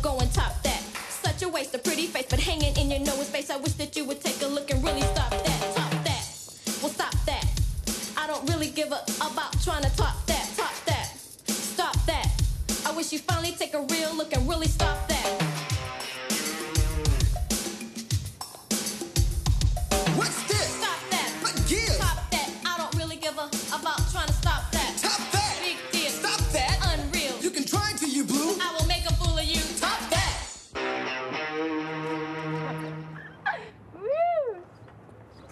go and top that. Such a waste of pretty face, but hanging in your nose space. I wish that you would take a look and really stop that. Top that. Well, stop that. I don't really give a about trying to top that. Top that. Stop that. I wish you finally take a real look and really stop that. What's this? Stop that. What gives? Top that. I don't really give a about trying to stop that. Top that. Big deal. Stop that. Unreal. You can try till you blue. I will make a fool of you. Top that.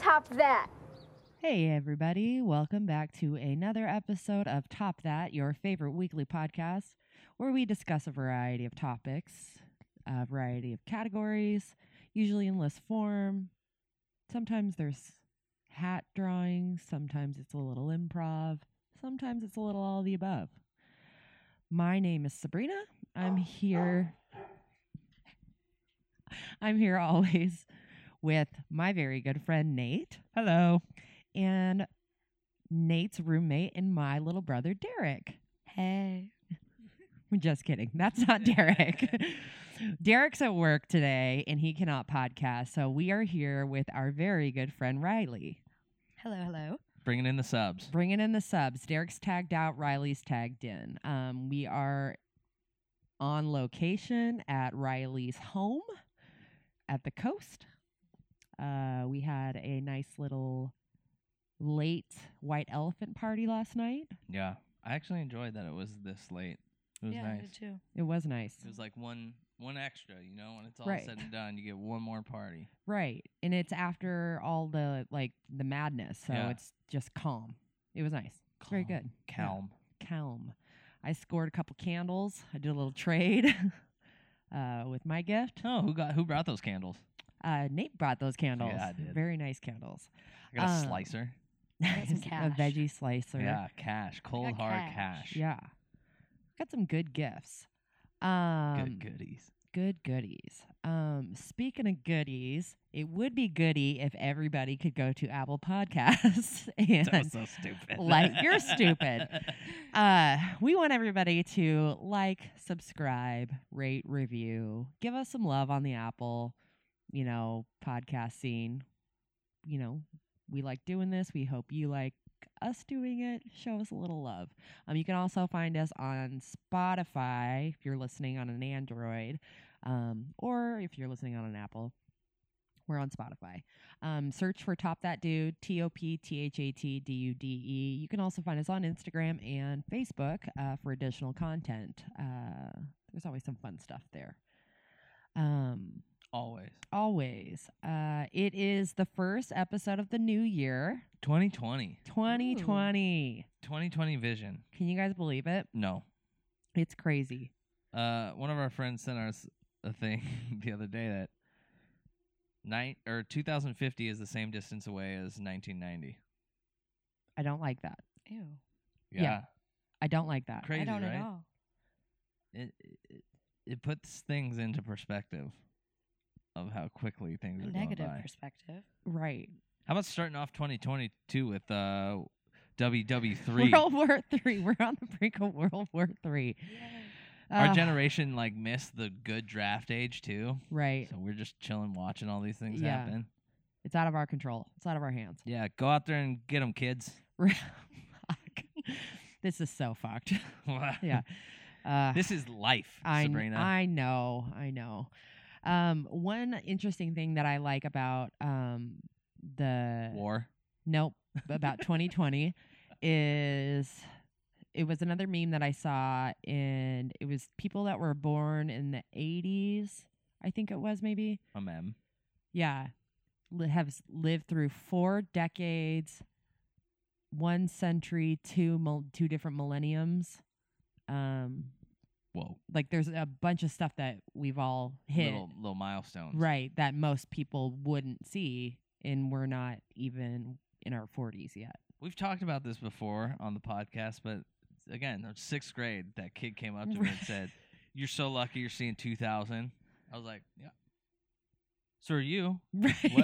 Top that. Hey, everybody. Welcome back to another episode of Top That, your favorite weekly podcast, where we discuss a variety of topics, a variety of categories, usually in list form. Sometimes there's hat drawings, sometimes it's a little improv, sometimes it's a little all of the above. My name is Sabrina. I'm here. I'm here always with my very good friend Nate. Hello and Nate's roommate and my little brother Derek. Hey. Just kidding. That's not Derek. Derek's at work today and he cannot podcast. So we are here with our very good friend Riley. Hello, hello. Bringing in the subs. Bringing in the subs. Derek's tagged out, Riley's tagged in. Um, we are on location at Riley's home at the coast. Uh, we had a nice little late white elephant party last night. Yeah. I actually enjoyed that it was this late. It was yeah, I nice. did too. It was nice. It was like one one extra, you know, when it's all Right. said and done, you get one more party. Right. And it's after all the like the madness, so Yeah. it's just calm. It was nice. It's Very Calm. good. Yeah. Calm. Calm. I scored a couple candles. I did a little trade uh, with my gift. Oh, who got who brought those candles? Uh, Nate brought those candles. I did. Very nice candles. I got Um, a slicer. got some It's cash. A veggie slicer. Yeah, cash. Cold hard cash. cash. Yeah. Got some good gifts. Um, Good goodies. good goodies. Um, speaking of goodies, it would be goody if everybody could go to Apple Podcasts That was and so stupid. like you're stupid. uh, we want everybody to like, subscribe, rate, review, give us some love on the Apple, you know, podcast scene. You know, we like doing this. We hope you like us doing it. Show us a little love. Um, you can also find us on Spotify if you're listening on an Android, um, or if you're listening on an Apple. We're on Spotify. Um, search for Top That Dude, T O P T H A T D U D E. You can also find us on Instagram and Facebook uh, for additional content. Uh, there's always some fun stuff there. Um, Always. always. Uh, it is the first episode of the new year, 2020. 2020. 2020 vision. Can you guys believe it? No. It's crazy. Uh, one of our friends sent us a thing the other day that nine or 2050 is the same distance away as 1990. I don't like that. Ew. Yeah. I don't like that. crazy, I don't right? at all. It, it it puts things into perspective of how quickly things A are negative going by. perspective. Right. How about starting off 2022 with uh, WW3? World War Three. We're on the brink of World War Three. Our Ugh, generation like missed the good draft age too, right. so we're just chilling, watching all these things Yeah. happen. It's out of our control. It's out of our hands. Yeah, go out there and get them, kids. Fuck. this is so fucked. Yeah. Uh, This is life, I, kn- Sabrina. I know. I know. Um, one interesting thing that I like about um, the War. Nope. About 2020 is it was another meme that I saw, and it was people that were born in the 80s, I think it was maybe. A mem. Yeah. Li- have s- lived through four decades, one century, two, mil- two different millenniums. Um, Whoa. like there's a bunch of stuff that we've all hit. Little little milestones. Right, that most people wouldn't see, and we're not even in our 40s yet. We've talked about this before on the podcast, but again, in sixth grade, that kid came up to me and said, "You're so lucky you're seeing 2000." I was like, "Yeah." So are you? Right.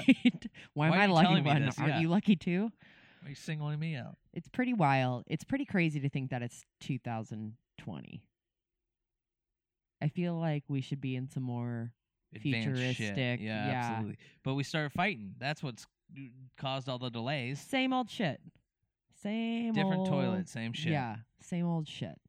Why, Why am are I you lucky telling me one? this? Aren't Yeah. you lucky too? Are you singling me out? It's pretty wild. It's pretty crazy to think that it's 2020. I feel like we should be in some more. Advanced shit. Futuristic, Yeah, yeah. absolutely. But we started fighting. That's what's caused all the delays. Same old shit. Same Different old, toilet, same shit. Yeah, same old shit.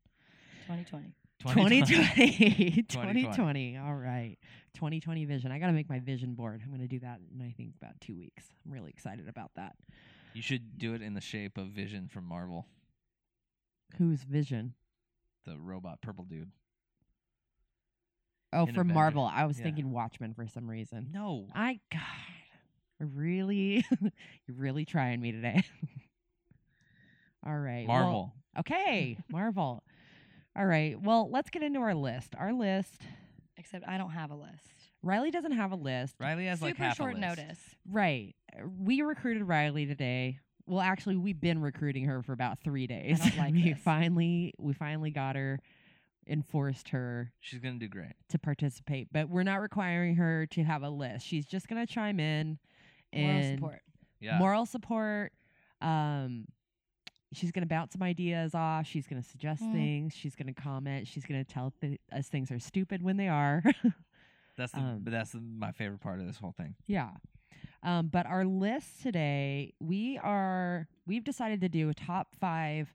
2020. 2020. 2020. 2020. All right. 2020 vision. I got to make my vision board. I'm going to do that in, I think, about two weeks. I'm really excited about that. You should do it in the shape of Vision from Marvel, Who's vision? the robot purple dude. Oh, An from Avenger. Marvel. I was Yeah. thinking Watchmen for some reason. No. I, God, I really, you're really trying me today. All right. well- Marvel. okay. Marvel. All right. Well, let's get into our list. Our list. Except I don't have a list. Riley doesn't have a list. Riley has like Super half a short list. notice. Right. Uh, We recruited Riley today. Well, actually, we've been recruiting her for about three days. don't like we this. finally, we finally got her and forced her She's gonna do great. to participate. But we're not requiring her to have a list. She's just gonna chime in and Moral support. Yeah. moral support. Um, she's gonna bounce some ideas off. She's gonna suggest Mm. things. She's gonna comment. She's gonna tell th- us things are stupid when they are. that's the, um, but that's the, my favorite part of this whole thing. Yeah. Um, but our list today, we are we've decided to do a top five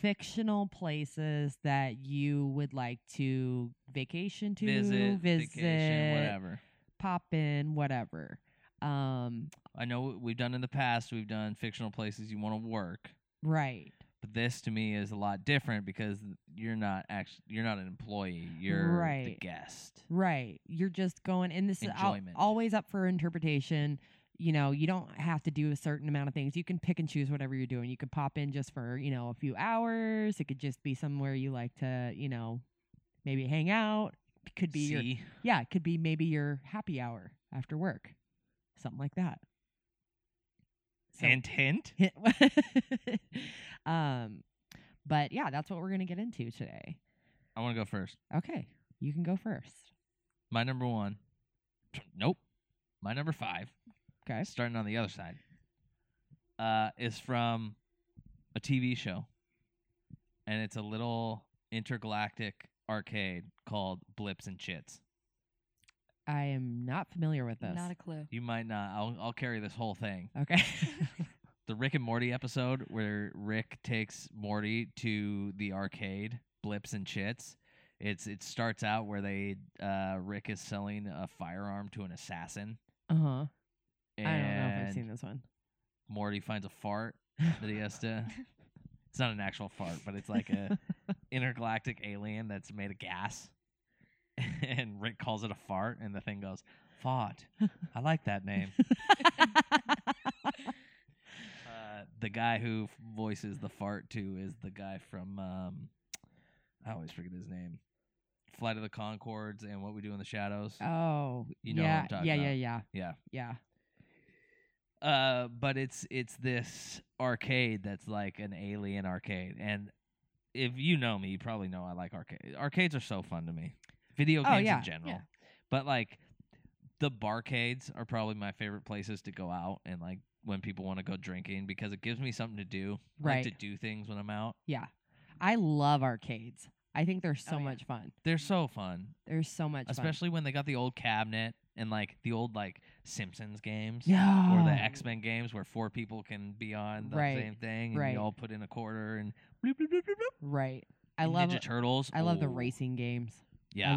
fictional places that you would like to vacation to, Visit, vacation, visit, whatever. pop in, whatever. Um, I know what we've done in the past. We've done fictional places you want to work, right, but this to me is a lot different because you're not actually you're not an employee. You're the Right. guest. right. You're just going, and this is Enjoyment. al- always up for interpretation. You know, you don't have to do a certain amount of things. You can pick and choose whatever you're doing. You could pop in just for you know a few hours. It could just be somewhere you like to, you know, maybe hang out. It could be your See? Yeah, it could be maybe your happy hour after work, something like that. So- hint hint. um, but yeah, that's what we're gonna get into today. I want to go first. Okay, you can go first. My number one. Nope. My number five. Okay. Starting on the other side. Uh, is from a TV show, and it's a little intergalactic arcade called Blips and Chits. I am not familiar with this. Not a clue. You might not. I'll, I'll carry this whole thing. okay. The Rick and Morty episode where Rick takes Morty to the arcade, blips and chits. It's it starts out where they uh, Rick is selling a firearm to an assassin, uh huh. and I don't know if I've seen this one. Morty finds a fart that he has to. it's not an actual fart, but it's like a intergalactic alien that's made of gas. and Rick calls it a fart, and the thing goes, "Fart, I like that name." Uh, the guy who f- voices the fart too is the guy from um, I always forget his name. Flight of the Concords and What We Do in the Shadows. oh, You know what yeah, I'm talking yeah, about. yeah, yeah, Yeah. yeah. Uh, but it's it's this arcade that's like an alien arcade, and if you know me, you probably know I like arcade. Arcades are so fun to me. Video Oh, games yeah, in general, yeah. but like the barcades are probably my favorite places to go out and like when people want to go drinking because it gives me something to do. I like to Right. do things when I'm out. Yeah, I love arcades. I think they're so Oh, yeah. much fun. They're so fun. They're so much, especially when they got the old cabinet and like the old like Simpsons games fun. yeah, or the X Men games where four people can be on the Oh. Right, same thing and right. you all put in a quarter and bloop, bloop, bloop, bloop, bloop. Right. I And love Ninja Turtles. I love the Ooh, racing games. Yeah,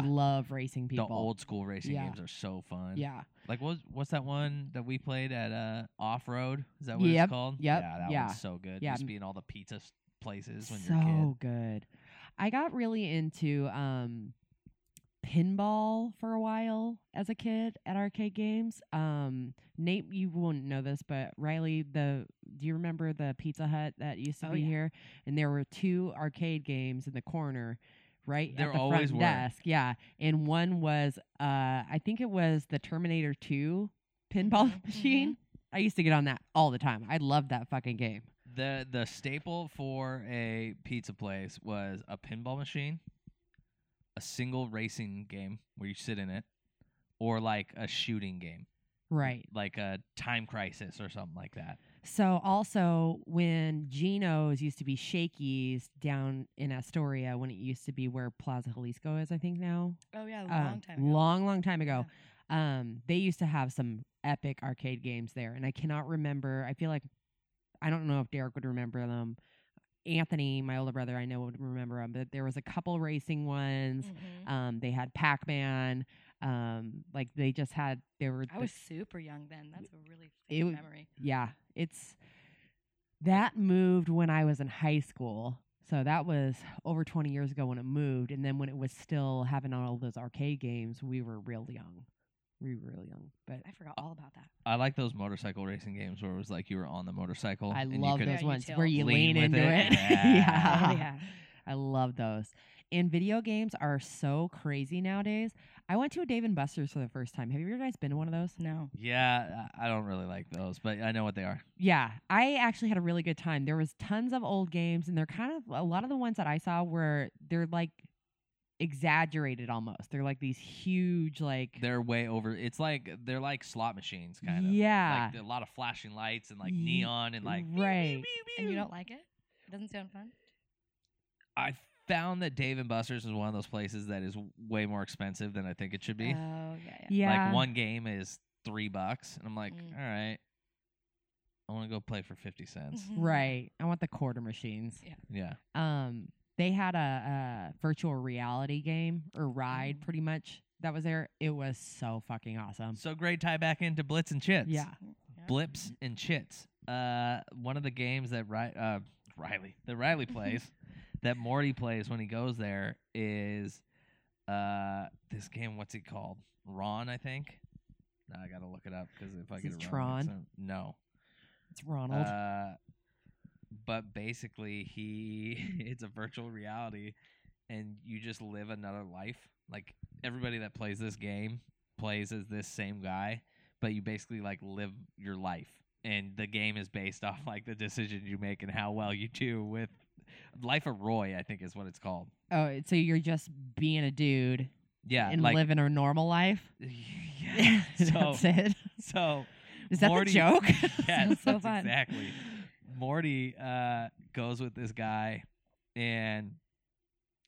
I love racing the people. old school racing Yeah. games are so fun. yeah. like what's what's that one that we played at uh Off Road? Is that what Yep, it's called? yep, yeah, that yeah, one's so good. yeah. used to be in all the pizza s- places when you're a kid. So good. I got really into um pinball for a while as a kid at arcade games. Um Nate, you won't know this, but Riley, the do you remember the Pizza Hut that used to Oh, be yeah. here? And there were two arcade games in the corner. Right There at the always front were. desk, yeah, and one was uh, I think it was the Terminator Two pinball Mhm, mhm. machine. I used to get on that all the time. I loved that fucking game. The the staple for a pizza place was a pinball machine, a single racing game where you sit in it, or like a shooting game, Right. like a Time Crisis or something like that. So also when Geno's used to be Shakey's down in Astoria when it used to be where Plaza Jalisco is, I think now. Oh yeah, a Uh, long time. ago. Long, long time ago. Um, they used to have some epic arcade games there, and I cannot remember. I feel like I don't know if Derek would remember them. Anthony, my older brother, I know would remember them, but there was a couple racing ones. Yeah. Mm-hmm. Mhm. Um, they had Pac Man. Um, like they just had they were. I the- was super young then. That's a really It thick w- memory. yeah, it's that moved when I was in high school. So that was over 20 years ago when it moved. And then when it was still having all those arcade games, we were real young. We were real young. But I forgot all about that. I like those motorcycle racing games where it was like you were on the motorcycle. I and you love could- those Yeah, you ones tilt. where you lean, Lean into with it. it. yeah. Yeah. Oh, yeah. I love those. And video games are so crazy nowadays. I went to a Dave and Buster's for the first time. Have you guys been to one of those? No. Yeah, I I don't really like those, but I know what they are. Yeah, I actually had a really good time. There was tons of old games, and they're kind of a lot of the ones that I saw were they're like exaggerated almost. They're like these huge like They're way over. It's like they're like slot machines, kind of. yeah Like a lot of flashing lights and like Ye- neon and like. meow, meow, right. meow, And you meow. don't like it? It doesn't sound fun. I found that Dave and Buster's is one of those places that is way more expensive than I think it should Oh be. yeah, yeah. Uh, yeah Like one game is three bucks, and I'm like, Mm. all right, I want to go play for fifty cents. Mhm. right. I want the quarter machines. yeah, Um, they had a, a virtual reality game or ride Oh. Mm. pretty much that was there. It was so fucking awesome. so great tie back into Blitz and Chits. Yeah, Yeah. blips and chits. Uh, one of the games that Ri- uh, Riley, that Riley plays, that Morty plays when he goes there is uh, this game. What's it called? Ron, I think. Now I gotta look it up because if I Is get it it wrong, it's Tron? not- no. it's Ronald. Uh, but basically, he it's a virtual reality, and you just live another life. Like everybody that plays this game plays as this same guy, but you basically like live your life, and the game is based off like the decisions you make and how well you do with Life of Roy. I think is what it's called. oh, so you're just being a dude Yeah, and like living a normal life. yeah. so That's it. so Is that Morty- the joke? yes, Sounds so that's fun. exactly. Morty uh, goes with this guy, and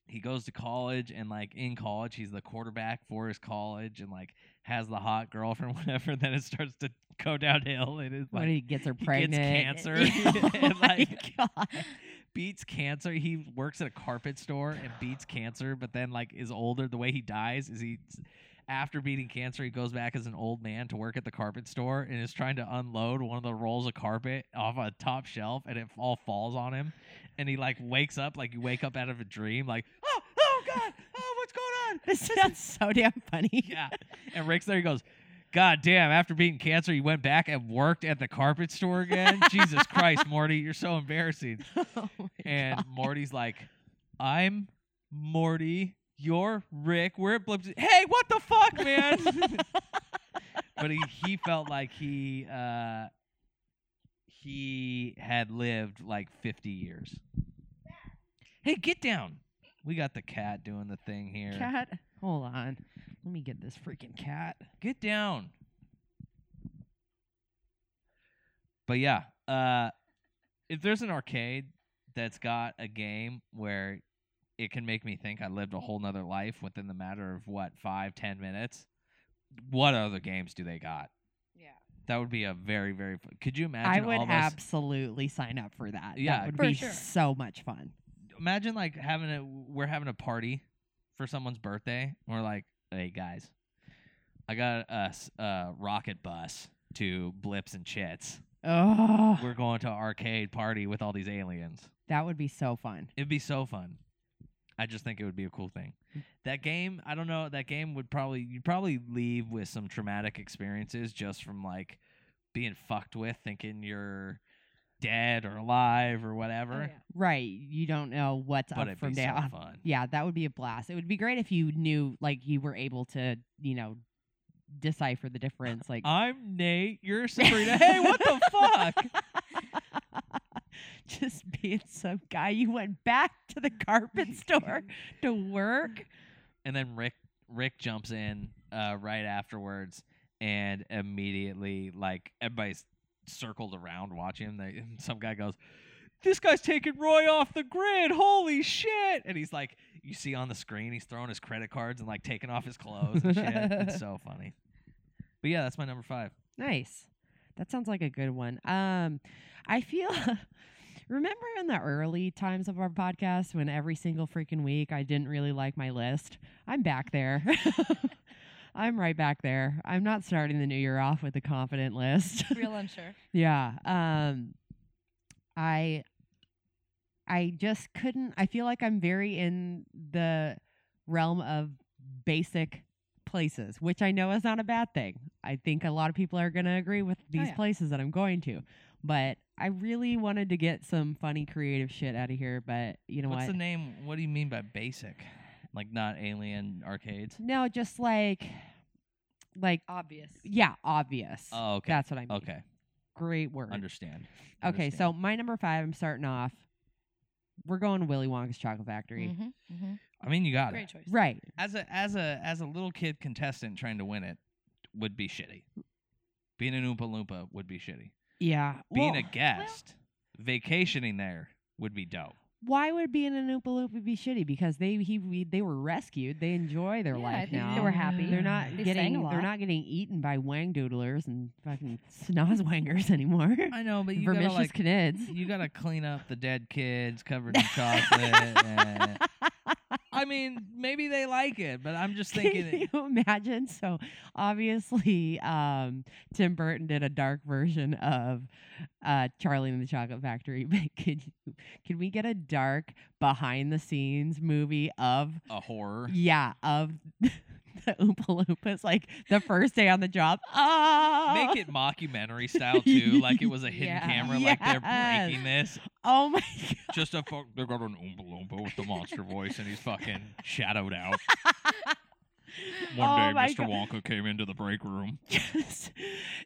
he goes to college, and like in college, he's the quarterback for his college, and like has the hot girlfriend, whatever. Then it starts to go downhill, and it's When like he gets her he gets pregnant. cancer, oh and, my like- God. beats cancer. He works at a carpet store and beats cancer, but then like is older. The way he dies is he after beating cancer, he goes back as an old man to work at the carpet store and is trying to unload one of the rolls of carpet off a top shelf and it all falls on him. And he like wakes up like you wake up out of a dream, like, oh, oh God, oh, what's going on? This sounds so damn funny. yeah. And Rick's there. He goes, God damn, after beating cancer, you went back and worked at the carpet store again? Jesus Christ, Morty, you're so embarrassing. Oh my And God. Morty's like, I'm Morty. You're Rick. We're at Blips. Hey, what the fuck, man? but he, he felt like he uh, he had lived like 50 years. Hey, get down. We got the cat doing the thing here. cat. Hold on. Let me get this freaking cat. Get down. But yeah, uh, if there's an arcade that's got a game where it can make me think I lived a whole nother life within the matter of what five, ten minutes, what other games do they got? Yeah. That would be a very, very. fu- Could you imagine? I would all those- absolutely sign up for that. Yeah. that would For be sure. so much fun. imagine like having a we're having a party for someone's birthday. and We're like, hey guys, I got a, s- a rocket bus to blips and chits. Oh, We're going to an arcade party with all these aliens. that would be so fun. It'd be so fun. I just think it would be a cool thing. That game, I don't know. That game would probably you'd probably leave with some traumatic experiences just from like being fucked with, thinking you're dead or alive or Oh, whatever. yeah. Right? You don't know what's But up it'd from be day so off. fun. Yeah, that would be a blast. It would be great if you knew, like, you were able to, you know, decipher the difference. Like, I'm Nate. You're Sabrina. hey, what the Oh, fuck? Just being some guy. You went back to the carpet store to work. And then Rick Rick jumps in uh, right afterwards, and immediately like everybody's circled around watching him. They, and some guy goes, "This guy's taking Roy off the grid! Holy shit!" And he's like, you see on the screen, he's throwing his credit cards and like taking off his clothes and shit. it's so funny. But yeah, that's my number five. Nice. That sounds like a good one. Um, I feel. Remember in the early times of our podcast when every single freaking week I didn't really like my list? I'm back there. I'm right back there. I'm not starting the new year off with a confident list. Real unsure. Yeah. Um I I just couldn't I feel like I'm very in the realm of basic places, which I know is not a bad thing. I think a lot of people are going to agree Oh, with these yeah. places that I'm going to. But I really wanted to get some funny creative shit out of here, but you know What's what? the name? What do you mean by basic? Like not alien arcades? no, just like like Obvious. yeah, obvious. Oh, okay. That's what I mean. Okay, Great word. understand. Okay, Understand. so my number five, I'm starting off. We're going Willy Wonka's Chocolate Factory. Mm-hmm, hmm I mean, you got Great it. choice. Right. As a as a as a little kid contestant trying to win it would be shitty. Being an Oompa Loompa would be shitty. Yeah. Being well, a guest, vacationing there would be dope. why would being an Oompa Loompa be shitty? Because they he we, they were rescued. They enjoy their Yeah, I life think now. they were happy. They're not They sang getting a they're lot. not getting eaten by wang doodlers and fucking snozwangers anymore. I know, but Vermicious kids. you gotta clean up the dead kids covered in chocolate. eh. and- I mean, maybe they like it, but I'm just thinking. Can you imagine? So obviously, um, Tim Burton did a dark version of uh, Charlie and the Chocolate Factory. But could you, can we get a dark behind the scenes movie of a horror. yeah of the Oompa Loompas like the first day on the job? Oh, Make it mockumentary style too, like it was a hidden Yeah. camera, like they're Yes. breaking this. Oh my Just a fuck, they got an Oompa Loompa with the monster voice, and he's fucking shadowed out. god. One Oh day, my Mr. God. Wonka came into the break room. just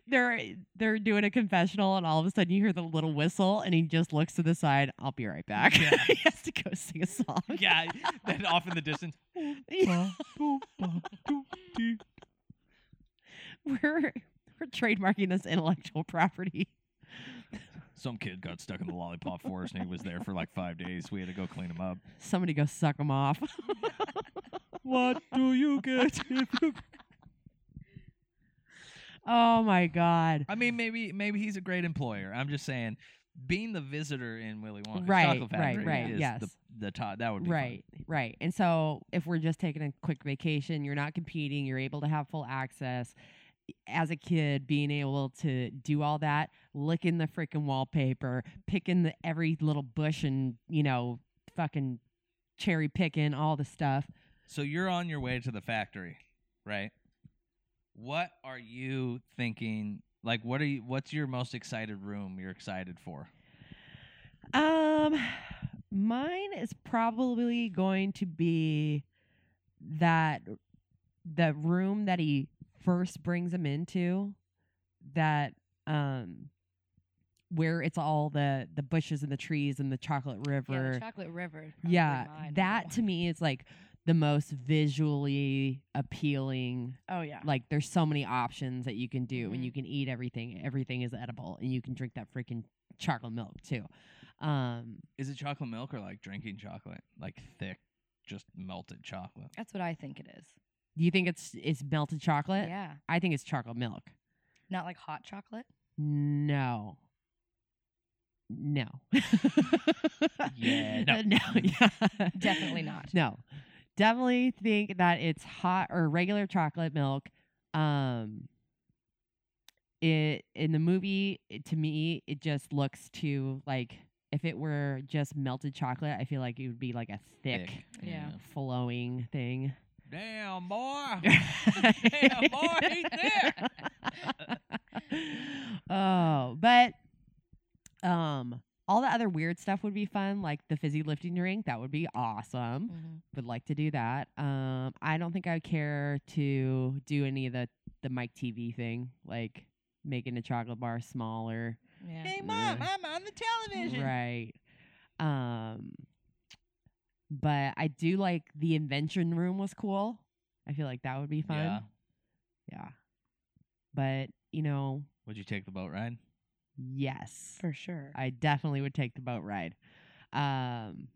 they're they're doing a confessional and all of a sudden you hear the little whistle and he just looks to the side i'll be right back Yeah. he has to go sing a song Yeah, then off in the distance. Yeah, "Ba, boop, ba, doop, dee." we're we're trademarking this intellectual property Some kid got stuck in the lollipop forest, and he was there for like five days. We had to go clean him up. somebody go suck him off What do you get if you? oh my god I mean, maybe maybe he's a great employer. I'm just saying, being the visitor in Willy Wonka's Right, Chocolate right, Factory right, is yes. the the top. That would be fun. right right and so if we're just taking a quick vacation you're not competing you're able to have full access as a kid being able to do all that licking the freaking wallpaper picking the every little bush and you know fucking cherry picking all the stuff So you're on your way to the factory, right? What are you thinking? Like, what are you? What's your most excited room you're excited for? um mine is probably going to be that the room that he first brings him into that um where it's all the the bushes and the trees and the chocolate Yeah, river the chocolate river. is probably yeah, mine. that to me is like the most visually appealing Oh yeah. like there's so many options that you can do and Mhm. you can eat everything everything is edible and you can drink that freaking chocolate milk too um Is it chocolate milk or like drinking chocolate, like thick, just melted chocolate? That's what I think it is. do you think it's it's melted chocolate yeah. i think it's chocolate milk Not like hot chocolate. No. No. Yeah, no. no. yeah. Definitely not. No. Definitely think that it's hot or regular chocolate milk. Um it in the movie it- to me it just looks too like if it were just melted chocolate, I feel like it would be like a thick, Yeah. flowing thing. Damn, boy. yeah, boy, he there. oh, but um, all the other weird stuff would be fun, like the fizzy lifting drink. That would be awesome. Mm. Mhm. Mm-hmm. Would like to do that. Um, I don't think I would care to do any of the the Mike TV thing, like making the chocolate bar smaller. Yeah. Mom, I'm on the television. Right. Um but I do like the invention room was cool. I feel like that would be fun. Yeah. Yeah. But, you know, Would you take the boat ride? Yes. for sure. I definitely would take the boat ride. Um,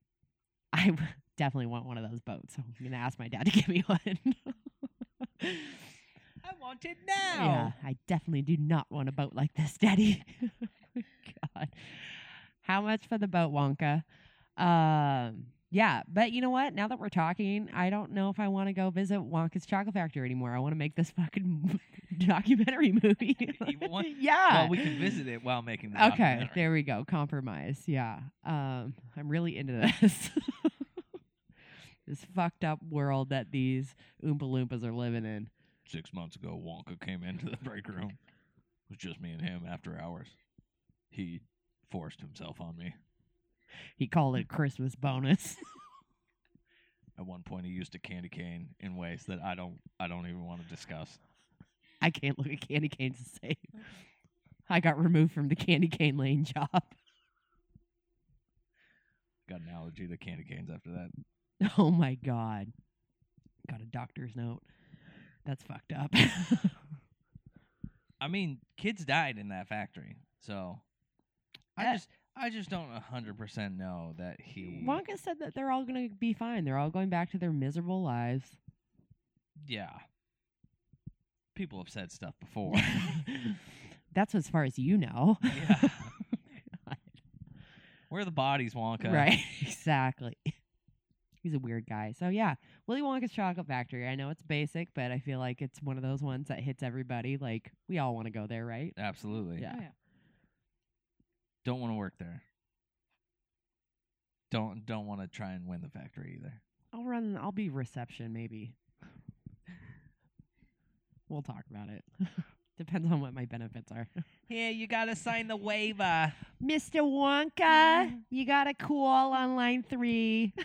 I w- definitely want one of those boats. So I'm going to ask my dad to give me one. I want it Yeah, I definitely do not want a boat like this, Daddy. God. How much for the boat, Wonka? Um, yeah, but you know what? Now that we're talking, I don't know if I want to go visit Wonka's Chocolate Factory anymore. I want to make this fucking documentary movie. Evil one? Yeah. Well, we can visit it while making the Uh, Okay, documentary. there we go. Compromise. Yeah. Um, I'm really into this. this fucked up world that these Oompa Loompas are living in. Six months ago, Wonka came into the break room. It was just me and him after hours. He forced himself on me. He called it Christmas bonus. At one point, he used a candy cane in ways that I don't, I don't even want to discuss. I can't look at candy canes the same. I got removed from the candy cane lane job. Got an allergy to candy canes after that. Oh my god. Got a doctor's note. That's fucked up. I mean, kids died in that factory, so I Yeah. just, I just don't hundred percent know that he. Wonka said that they're all going to be fine. They're all going back to their miserable lives. Yeah. People have said stuff before. That's as far as you know. yeah. Where are the bodies, Wonka? Right. Exactly. He's a weird guy. So yeah, Willy Wonka's Chocolate Factory. I know it's basic, but I feel like it's one of those ones that hits everybody. Like we all want to go there, right? Absolutely. Yeah. Don't want to work there. Don't don't want to try and win the factory either. I'll run. I'll be reception, maybe. we'll talk about it. Depends on what my benefits are. Here, you gotta sign the waiver. Mm. Mr. Wonka, you got a call on line three.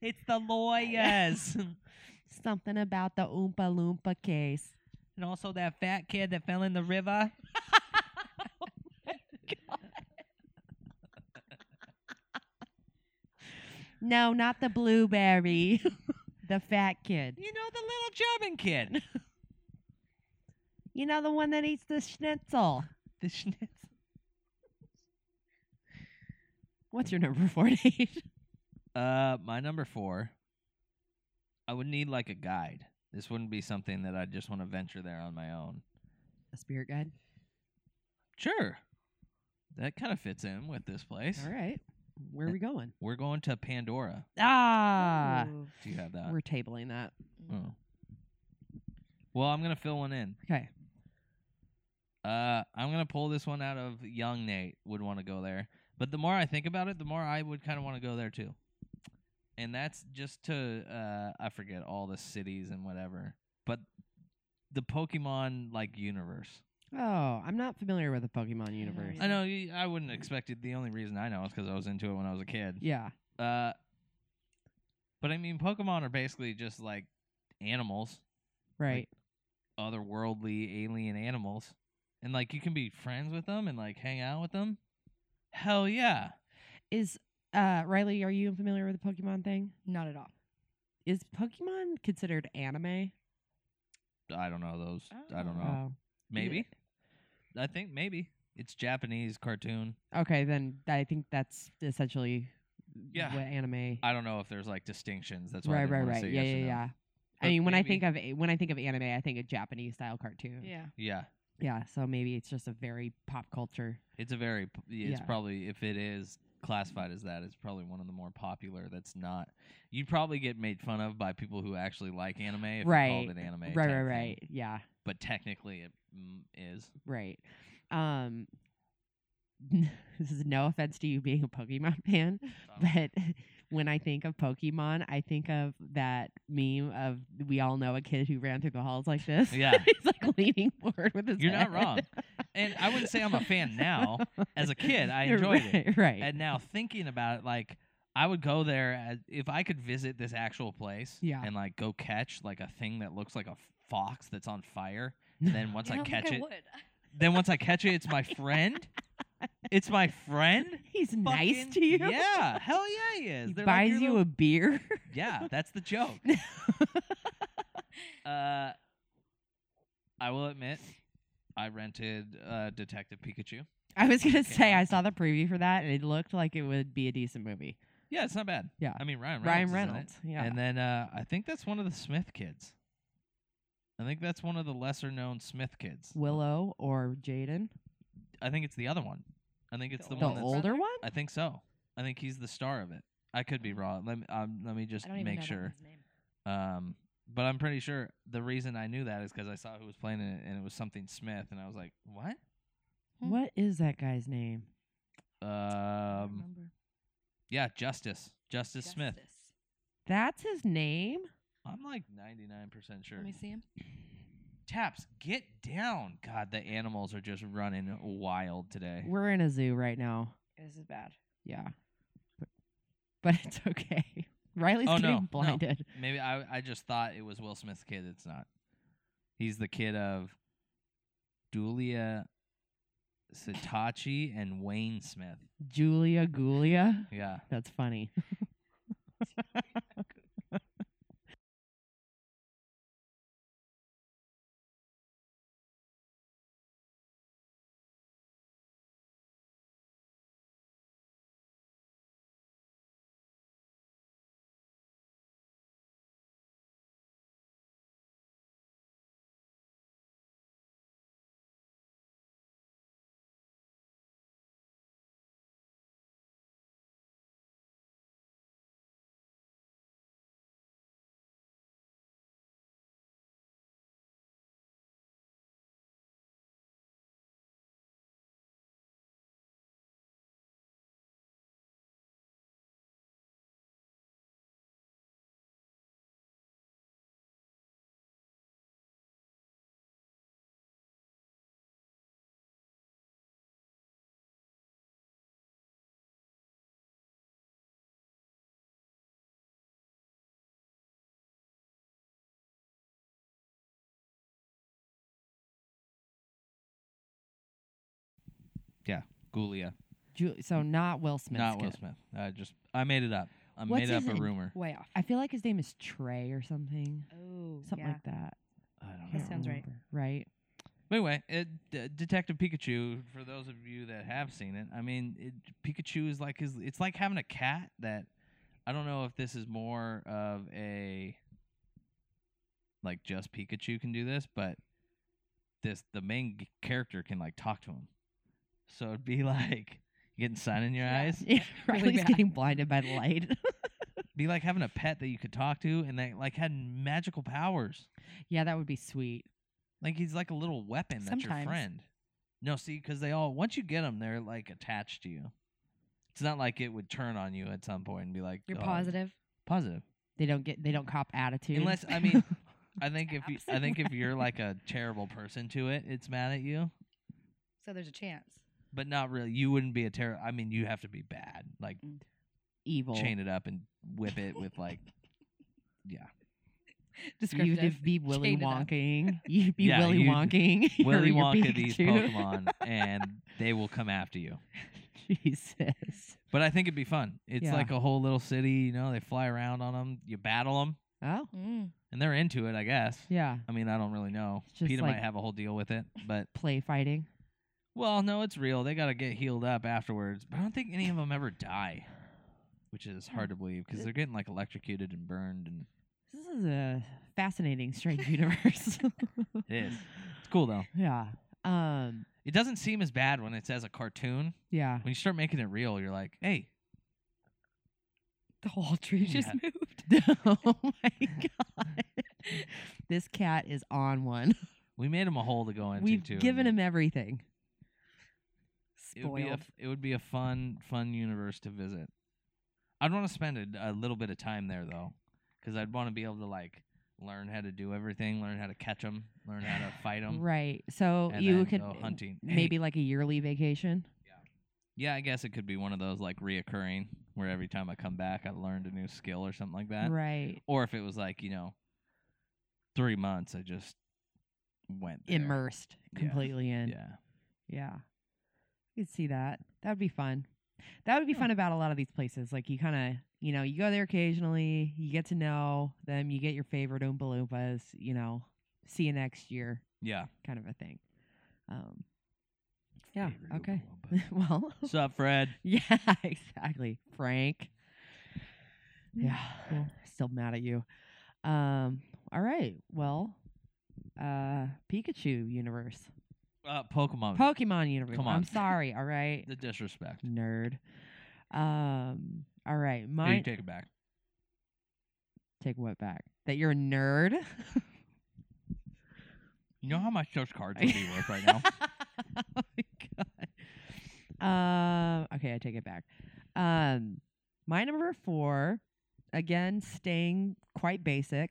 It's the lawyers, Something about the Oompa Loompa case. and also that fat kid that fell in the river. No, not the blueberry. the fat kid. You know the little German kid. You know the one that eats the schnitzel. the schnitz. What's your number forty-eight? Uh, my number four. I would need like a guide. This wouldn't be something that I just want to venture there on my own. a spirit guide. Sure, that kind of fits in with this place. All right. Where are we going? We're going to Pandora. Ah, Do you have that? we're tabling that. Oh. Well, I'm gonna fill one in. Okay. Uh, I'm gonna pull this one out of young Nate would want to go there, but the more I think about it, the more I would kind of want to go there too. And that's just to uh, I forget all the cities and whatever, but the Pokemon like universe. Oh, I'm not familiar with the Pokemon universe. I know you, I wouldn't expect it. The only reason I know is because I was into it when I was a kid. Yeah. Uh, but I mean, Pokemon are basically just like animals. Right. otherworldly alien animals and like you can be friends with them and like hang out with them hell yeah is uh Riley, are you familiar with the Pokemon thing? Not at all. Is Pokemon considered anime? i don't know those i don't know Oh. maybe i think maybe it's japanese cartoon Oh, Okay, then I think that's essentially Yeah. what anime i don't know if there's like distinctions that's why I Right, didn't right, wanna right. say Yeah, yes or yeah, no. yeah. I But mean, when I maybe- think of a- when I think of anime, I think of Japanese style cartoon. Yeah. yeah Yeah, so maybe it's just a very pop culture. it's a very p- it's Yeah. probably if it is classified as that it's probably one of the more popular that's not you'd probably get made fun of by people who actually like anime if you Right. called it anime Right, type right, thing. right. Yeah. but technically it mm, is Right. Um this is no offense to you being a Pokemon fan, but when I think of Pokemon, I think of that meme of we all know a kid who ran through the halls like this. Yeah. He's like leaning forward with his You're not head. wrong. And I wouldn't say I'm a fan now. As a kid, I enjoyed right, it. Right. And now thinking about it, like I would go there as, if I could visit this actual place Yeah. and like go catch like a thing that looks like a fox that's on fire. And then once I I, don't catch think I it, would. then once I catch it, it's my friend. It's my friend. He's nice Fucking- to you. Yeah, hell yeah, he is. He They're like buys your you little- a beer. yeah, that's the joke. uh, I will admit, I rented uh, Detective Pikachu. I was gonna Okay. say I saw the preview for that, and it looked like it would be a decent movie. Yeah, it's not bad. Yeah. I mean Ryan Ryan Reynolds. is in it. Reynolds, yeah. And then uh, I think that's one of the Smith kids. I think that's one of the lesser known Smith kids. Willow or Jaden, I think it's the other one. I think it's the, The the one that's older one. I think so. I think he's the star of it. I could be wrong. Let me um, let me just I don't even make know sure. that one's name. Um, but I'm pretty sure the reason I knew that is because I saw who was playing it, and it was something Smith, and I was like, what? Hmm. What is that guy's name? I don't Um, remember. yeah, Justice, Justice Smith. Mm-hmm. Justice. That's his name. I'm like 99% sure. Let me see him. Taps, get down! God, the animals are just running wild today. We're in a zoo right now. This is bad. Yeah, but, but it's okay. Riley's Oh, getting no, no. blinded. Maybe I I just thought it was Will Smith's kid. It's not. He's the kid of Julia Sitachi and Wayne Smith. Julia Gulia. Yeah. That's funny. Gulia. Ju- so not Will Smith. Not Will Smith. I just I made it up. I What's made up his a name? rumor. Way off. I feel like his name is Trey or something. Oh, Something yeah. like that. I don't know. Can't sounds right. remember. Right. But anyway, it, D- Detective Pikachu. For those of you that have seen it, I mean, it, Pikachu is like his. It's like having a cat that. I don't know if this is more of a. Like just Pikachu can do this, but this the main g- character can like talk to him, so it'd be like getting sun in your eyes. Yeah, Really Riley's bad. getting blinded by the light. Be like having a pet that you could talk to and that like had magical powers. yeah, that would be sweet. Like he's like a little weapon that's your Sometimes. friend. No, see, because they all once you get them, they're like attached to you. It's not like it would turn on you at some point and be like You're "Oh, positive. positive." They don't get they don't cop attitude. Unless I mean, I think if you, I Taps. think if you're like a terrible person to it, it's mad at you. So there's a chance. But not really. You wouldn't be a terror. I mean, you have to be bad, like evil. chain it up and whip it with like. You'd Descriptive. be Willy Chain it up. Wonking. You'd be Yeah, Willy you'd Wonking. your- Willy your Wonka these Pikachu. Pokemon, and they will come after you. Jesus. But I think it'd be fun. It's Yeah. like a whole little city, you know. They fly around on them. You battle them. Oh Mm. and they're into it, I guess. yeah. I mean, I don't really know. It's just Peter like- might have a whole deal with it, but Play fighting. well, no, it's real. They gotta get healed up afterwards. But I don't think any of them ever die, which is hard to believe because they're getting like electrocuted and burned, and This is a fascinating strange universe. it is. It's cool though. yeah. Um. It doesn't seem as bad when it's as a cartoon. Yeah. When you start making it real, you're like, hey, The whole tree just Yeah. moved. oh my god. this cat is on one. we made him a hole to go into. We've too, and given him everything. It would, be a, Spoiled. f- it would be a fun, fun universe to visit. I'd want to spend a, a little bit of time there though, because I'd want to be able to like learn how to do everything, learn how to catch them, learn how to fight them. Right. So and you then could go uh, hunting. Hey. maybe like a yearly vacation. Yeah, I guess it could be one of those like reoccurring, where every time I come back, I learned a new skill or something like that. right. Or if it was like you know, three months, I just went there. Immersed Yeah. completely in. Yeah, Yeah. You could see that. That would be fun. That would Hmm. be fun about a lot of these places. Like you kind of, you know, you go there occasionally, you get to know them, you get your favorite Oompa Loompas, you know, see you next year yeah. kind of a thing. Um, yeah. Favorite Okay. Oompa Loompa. well. Sup, Fred? Yeah. Exactly. Frank. Hmm. Yeah. Still mad at you. Um. All right. Well. Uh, Pikachu universe, Uh, Pokemon. Pokemon universe. come I'm on. sorry. All right. the disrespect. Nerd. Um. All right. Here, Mine. you take it back. take what back? That you're a nerd. You know how much those cards would be worth right now? oh my god. Um. Okay, I take it back. Um. My number four, again, staying quite basic,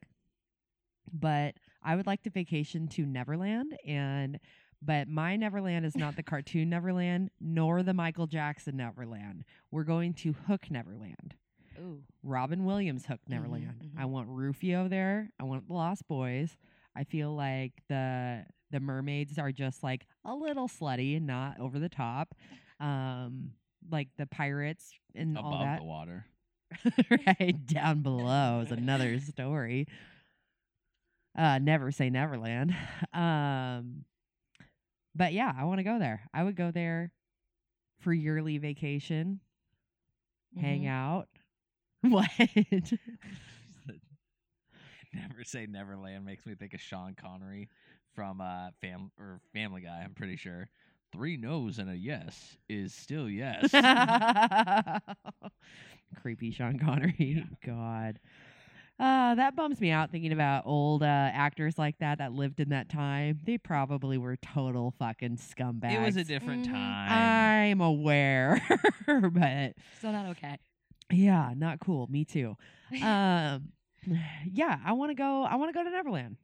but I would like to vacation to Neverland, and but my Neverland is not the cartoon Neverland nor the Michael Jackson Neverland. We're going to Hook Neverland. Ooh. Robin Williams Hook Neverland. I want Rufio there. I want the Lost Boys. I feel like the the mermaids are just like a little slutty and not over the top. Um like the pirates and all Above that. the water. right down below is another story. Uh never say Neverland. Um but yeah, I want to go there. I would go there for yearly vacation, Mm-hmm. hang out. What? Never say Neverland makes me think of Sean Connery from uh fam or Family Guy. I'm pretty sure three no's and a yes is still yes. Creepy Sean Connery. God. Uh, that bums me out thinking about old uh, actors like that that lived in that time. They probably were total fucking scumbags. it was a different Mhm. time. I'm aware, but Still not okay. yeah, not cool. Me too. Um, yeah, I want to go. I want to go to Neverland.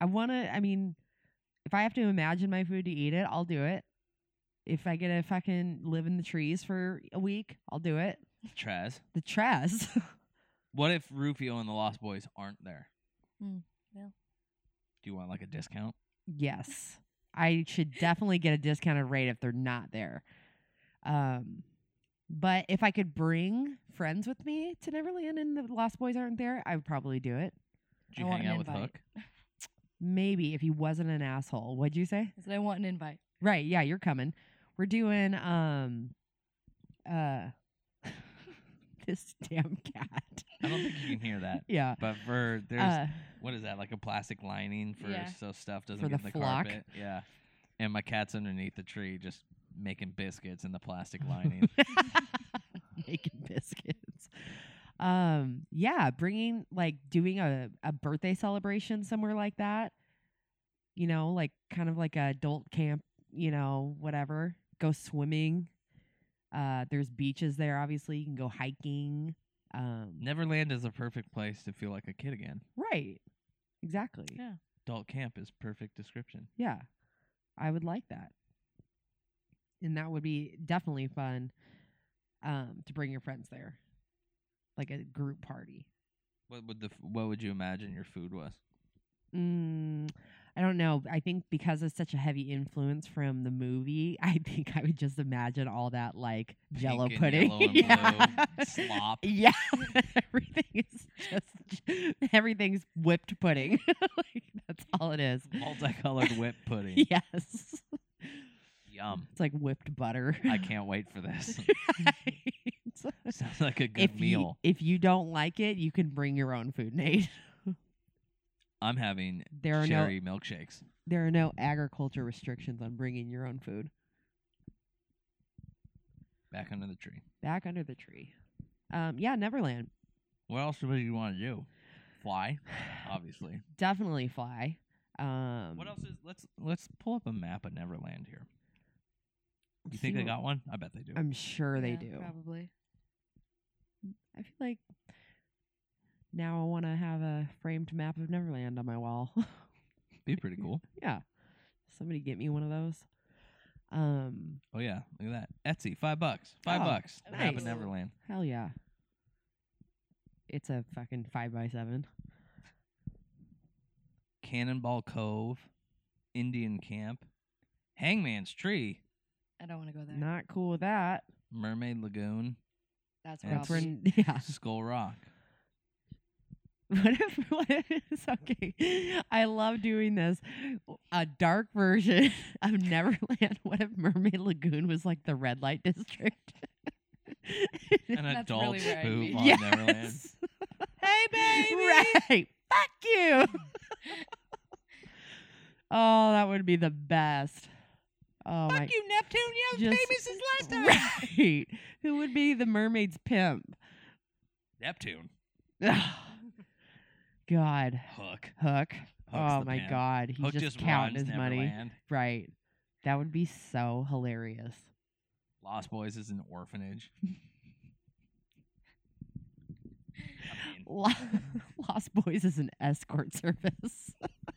I want to. I mean, if I have to imagine my food to eat it, I'll do it. If I get to fucking live in the trees for a week, I'll do it. Trez, The Tress. what if Rufio and the Lost Boys aren't there? Mm, well. Do you want like a discount? yes, I should definitely get a discounted rate if they're not there. Um, but if I could bring friends with me to Neverland and the Lost Boys aren't there, I would probably do it. Do you I want hang an out with invite. Hook? Maybe if he wasn't an asshole. What'd you say? I said I want an invite. Right. Yeah, you're coming. We're doing um uh this damn cat. I don't think you can hear that. Yeah. But for there's uh, what is that like a plastic lining for Yeah. so stuff doesn't For get the in the flock. carpet? Yeah. And my cat's underneath the tree just making biscuits in the plastic lining. making biscuits. Um yeah, bringing like doing a a birthday celebration somewhere like that. You know, like kind of like a adult camp, you know, whatever. Go swimming. Uh there's beaches there obviously. You can go hiking. Um Neverland is a perfect place to feel like a kid again. Right. Exactly. Yeah. Adult camp is perfect description. Yeah. I would like that. And that would be definitely fun um to bring your friends there. Like a group party. What would the f- what would you imagine your food was? Mm, I don't know. I think because it's such a heavy influence from the movie, I think I would just imagine all that like jello Pink and pudding. yellow and yeah. blue, slop. Yeah. everything is just everything's whipped pudding. like that's all it is. Multicolored whip pudding. Yes. Yum. It's like whipped butter. I can't wait for this. Right. Sounds like a good if meal. You, if you don't like it, you can bring your own food, Nate. I'm having There are no cherry milkshakes. there are no agriculture restrictions on bringing your own food Back under the tree. back under the tree. Um, yeah, Neverland What else would you want to do? Fly, obviously. definitely fly. Um, What else is let's let's pull up a map of Neverland here. You see think they what- got one? I bet they do. I'm sure they Yeah, do. Probably. I feel like now I want to have a framed map of Neverland on my wall. Be pretty cool. yeah, somebody get me one of those. Um, Oh yeah, look at that. Etsy, five bucks. Five Oh, bucks. Map nice. of Neverland. hell yeah. It's a fucking five by seven. Cannonball Cove, Indian Camp, Hangman's Tree, I don't want to go there. Not cool with that. Mermaid Lagoon, That's That's where That's I'll be. when yeah. Skull Rock. What if, what if it's okay? I love doing this. A dark version of Neverland. What if Mermaid Lagoon was like the red light district? An That's adult really where I'd spoof be. on Neverland. yes. Hey, Right. Fuck you. oh, that would be the best. Oh my Fuck you, Neptune. You haven't just- paid me since last time. Right. Who would be the mermaid's pimp? Neptune. God. Hook. Hook. Hook's oh the my pimp. god. He's Hook just, just counting runs his money. Neverland. Right. That would be so hilarious. Lost Boys is an orphanage. I mean, Lo- Lost Boys is an escort service.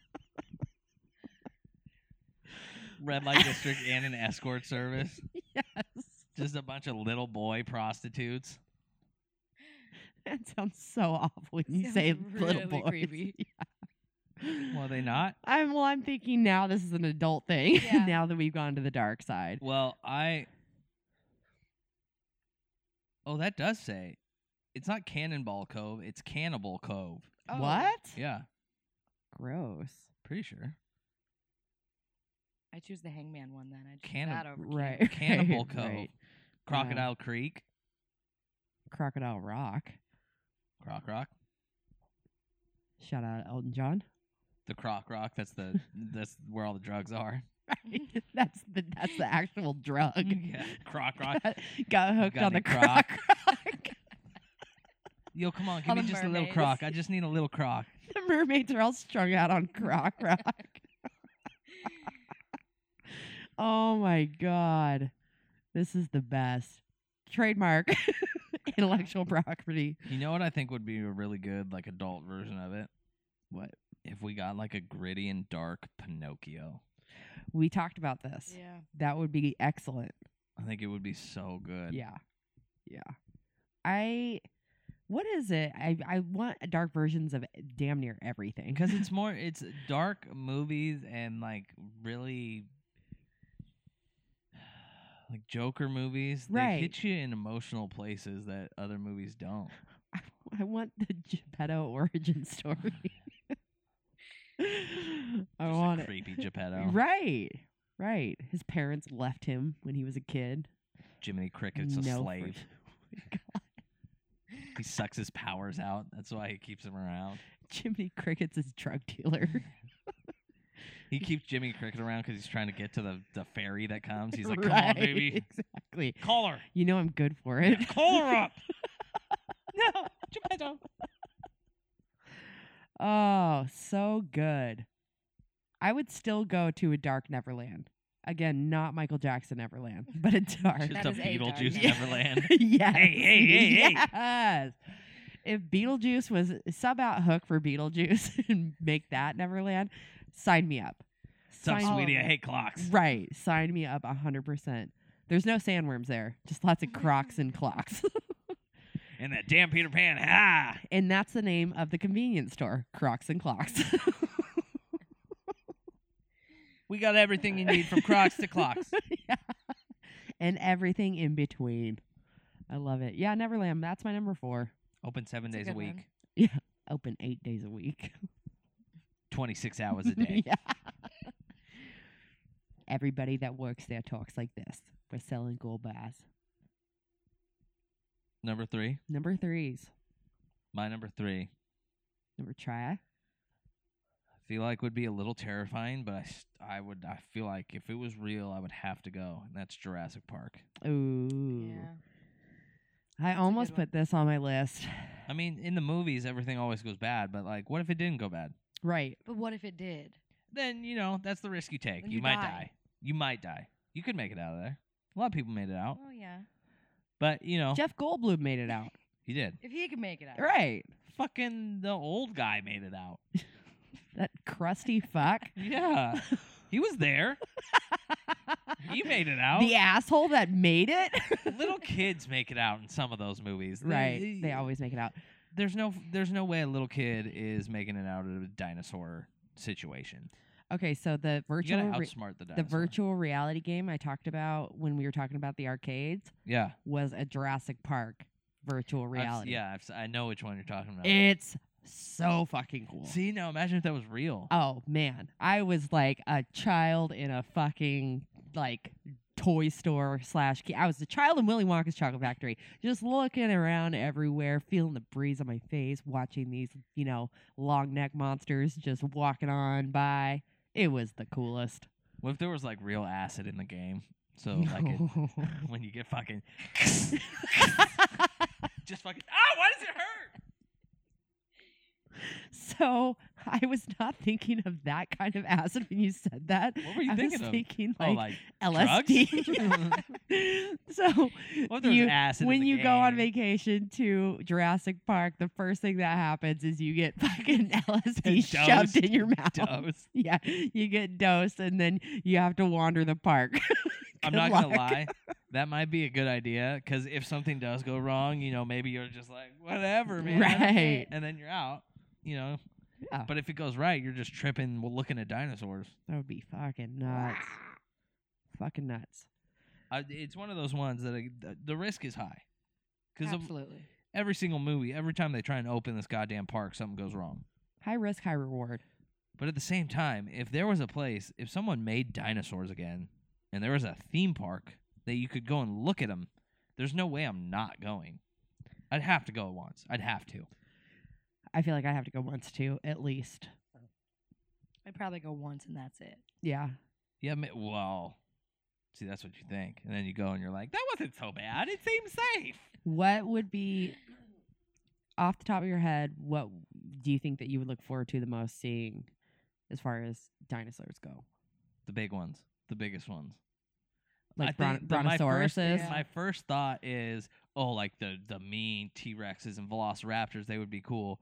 red light district and an escort service. yes. Just a bunch of little boy prostitutes. That sounds so awful when you Sounds say little really boys. creepy. Yeah. Well, they not. I'm well. I'm thinking now. This is an adult thing. Yeah. now that we've gone to the dark side. Well, I. Oh, that does say. It's not Cannonball Cove. It's Cannibal Cove. Oh. What? Yeah, Gross. pretty sure. I choose the hangman one then. I choose Canna- that over Right. Canna- Cannibal Right, Cove. right. Crocodile Creek. Crocodile Rock. Croc Rock. Shout out Elton John. The Croc Rock. That's the that's where all the drugs are. that's the that's the actual drug. Yeah. Croc Rock. Got, got hooked got on the any croc. croc? rock. Yo, come on, give All me the just a little mermaids. croc. I just need a little croc. the mermaids are all strung out on croc rock. oh my god, this is the best trademark intellectual property. You know what I think would be a really good like adult version of it? What? If we got like a gritty and dark Pinocchio. We talked about this. Yeah. That would be excellent. I think it would be so good. Yeah. Yeah. I what is it? I I want dark versions of damn near everything. Because it's more it's dark movies and like really like Joker movies. They Right. hit you in emotional places that other movies don't. I, I want the Geppetto origin story. I Just a want it. creepy Geppetto. Right. Right. His parents left him when he was a kid. Jiminy Cricket's a No fr- slave. Oh He sucks his powers out. That's why he keeps him around. Jimmy Cricket's his drug dealer. He keeps Jimmy Cricket around because he's trying to get to the, the ferry that comes. He's like, come on, Right, baby. Exactly. Call her. You know I'm good for it. Call her up. no, Geppetto. oh, so good. I would still go to a dark Neverland. Again, not Michael Jackson Neverland, but a dark. Just That a is a dark Beetlejuice night. Neverland. yes. Hey, hey, hey, hey. Yes. If Beetlejuice was sub out Hook for Beetlejuice and make that Neverland, sign me up. Some Sign- sweetie, I hate clocks. Right. Sign me up 100%. There's no sandworms there, just lots of crocs and clocks. And that damn Peter Pan. Ah, Ha! and that's the name of the convenience store, Crocs and Clocks. We got everything you need from Crocs to clocks. yeah. And everything in between. I love it. Yeah, Neverland. That's my number four. Open seven That's a days a good week, one. Open eight days a week. 26 hours a day. yeah. Everybody that works there talks like this. We're selling gold bars. Number three. Number threes. My number three. Number try. I feel like would be a little terrifying, but I, s- I would I feel like if it was real, I would have to go, and that's Jurassic Park. Ooh. Yeah. I almost good one. put this on my list. I mean, in the movies, everything always goes bad, but like, what if it didn't go bad? Right. But what if it did? Then you know that's the risk you take. Then You, you might die. die. You might die. You could make it out of there. A lot of people made it out, Oh yeah. but you know Jeff Goldblum made it out. he did. If he can make it out. Right. Fucking the old guy made it out. That crusty fuck. Yeah, he was there. He made it out. The asshole that made it. Little kids make it out in some of those movies. They- right. They always make it out. There's no. There's no way a little kid is making it out of a dinosaur situation. Okay, so the virtual you gotta re- outsmart the the dinosaur. virtual reality game I talked about when we were talking about the arcades Yeah. was a Jurassic Park virtual I've s- reality. yeah. I've, si know which one you're talking about. It's so fucking cool. See, now imagine if that was real. Oh man, I was like a child in a fucking like toy store slash. ki- I was a child in Willy Wonka's Chocolate Factory, just looking around everywhere, feeling the breeze on my face, watching these you know long neck monsters just walking on by. It was the coolest. What if there was like real acid in the game? So like it, when you get fucking just fucking ah, why does it hurt? so I was not thinking of that kind of acid when you said that. What were you I thinking was of? thinking oh, like, like drugs? LSD. so what if there you- was acid in when the you go on game? vacation to Jurassic Park, the first thing that happens is you get fucking LSD Dosed. shoved in your mouth. Dosed. Yeah, you get dosed, and then you have to wander the park. I'm Good not gonna luck. lie, that might be a good idea because if something does go wrong, you know, maybe you're just like whatever, man, Right. And then you're out, you know. Yeah. But if it goes right, you're just tripping, while looking at dinosaurs. That would be fucking nuts. fucking nuts. I, it's one of those ones that I, the, the risk is high because Absolutely. every single movie, every time they try and open this goddamn park, something goes wrong. High risk, high reward. But at the same time, if there was a place, if someone made dinosaurs again, and there was a theme park that you could go and look at them, there's no way I'm not going. I'd have to go at once. I'd have to. I feel like I have to go once too, at least. I'd probably go once and that's it. Yeah. Yeah, ma- well, see, that's what you think, and then you go and you're like, that wasn't so bad. It seems safe. What would be off the top of your head? What do you think that you would look forward to the most seeing, as far as dinosaurs go? The big ones, the biggest ones. Like I bron- think that my first- brontosauruses. Yeah. My first thought is, oh, like the the mean T Rexes and Velociraptors, they would be cool.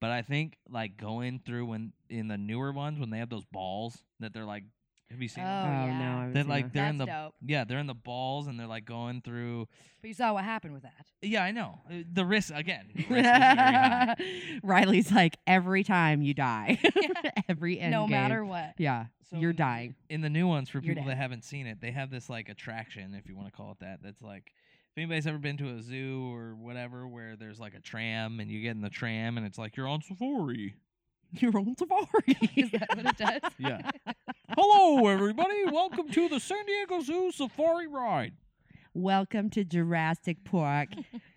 But I think like going through when in the newer ones when they have those balls that they're like, have you seen? them? Oh, yeah. no, I haven't That, seen like, that. They're that's in the- dope. Yeah, they're in the balls and they're like going through. But you saw what happened with that. Yeah, I know Uh, the risk again. the risk is very high. Riley's like every time you die, every end no game. matter what. Yeah, So you're in- dying. In the new ones, for You're people dead. that haven't seen it, they have this like attraction, if you want to call it that. That's like if anybody's ever been to a zoo or whatever, where there's like a tram and you get in the tram and it's like you're on safari. You're on safari. Is that what it does? Yeah. Hello, everybody. Welcome to the San Diego Zoo Safari Ride. Welcome to Jurassic Park.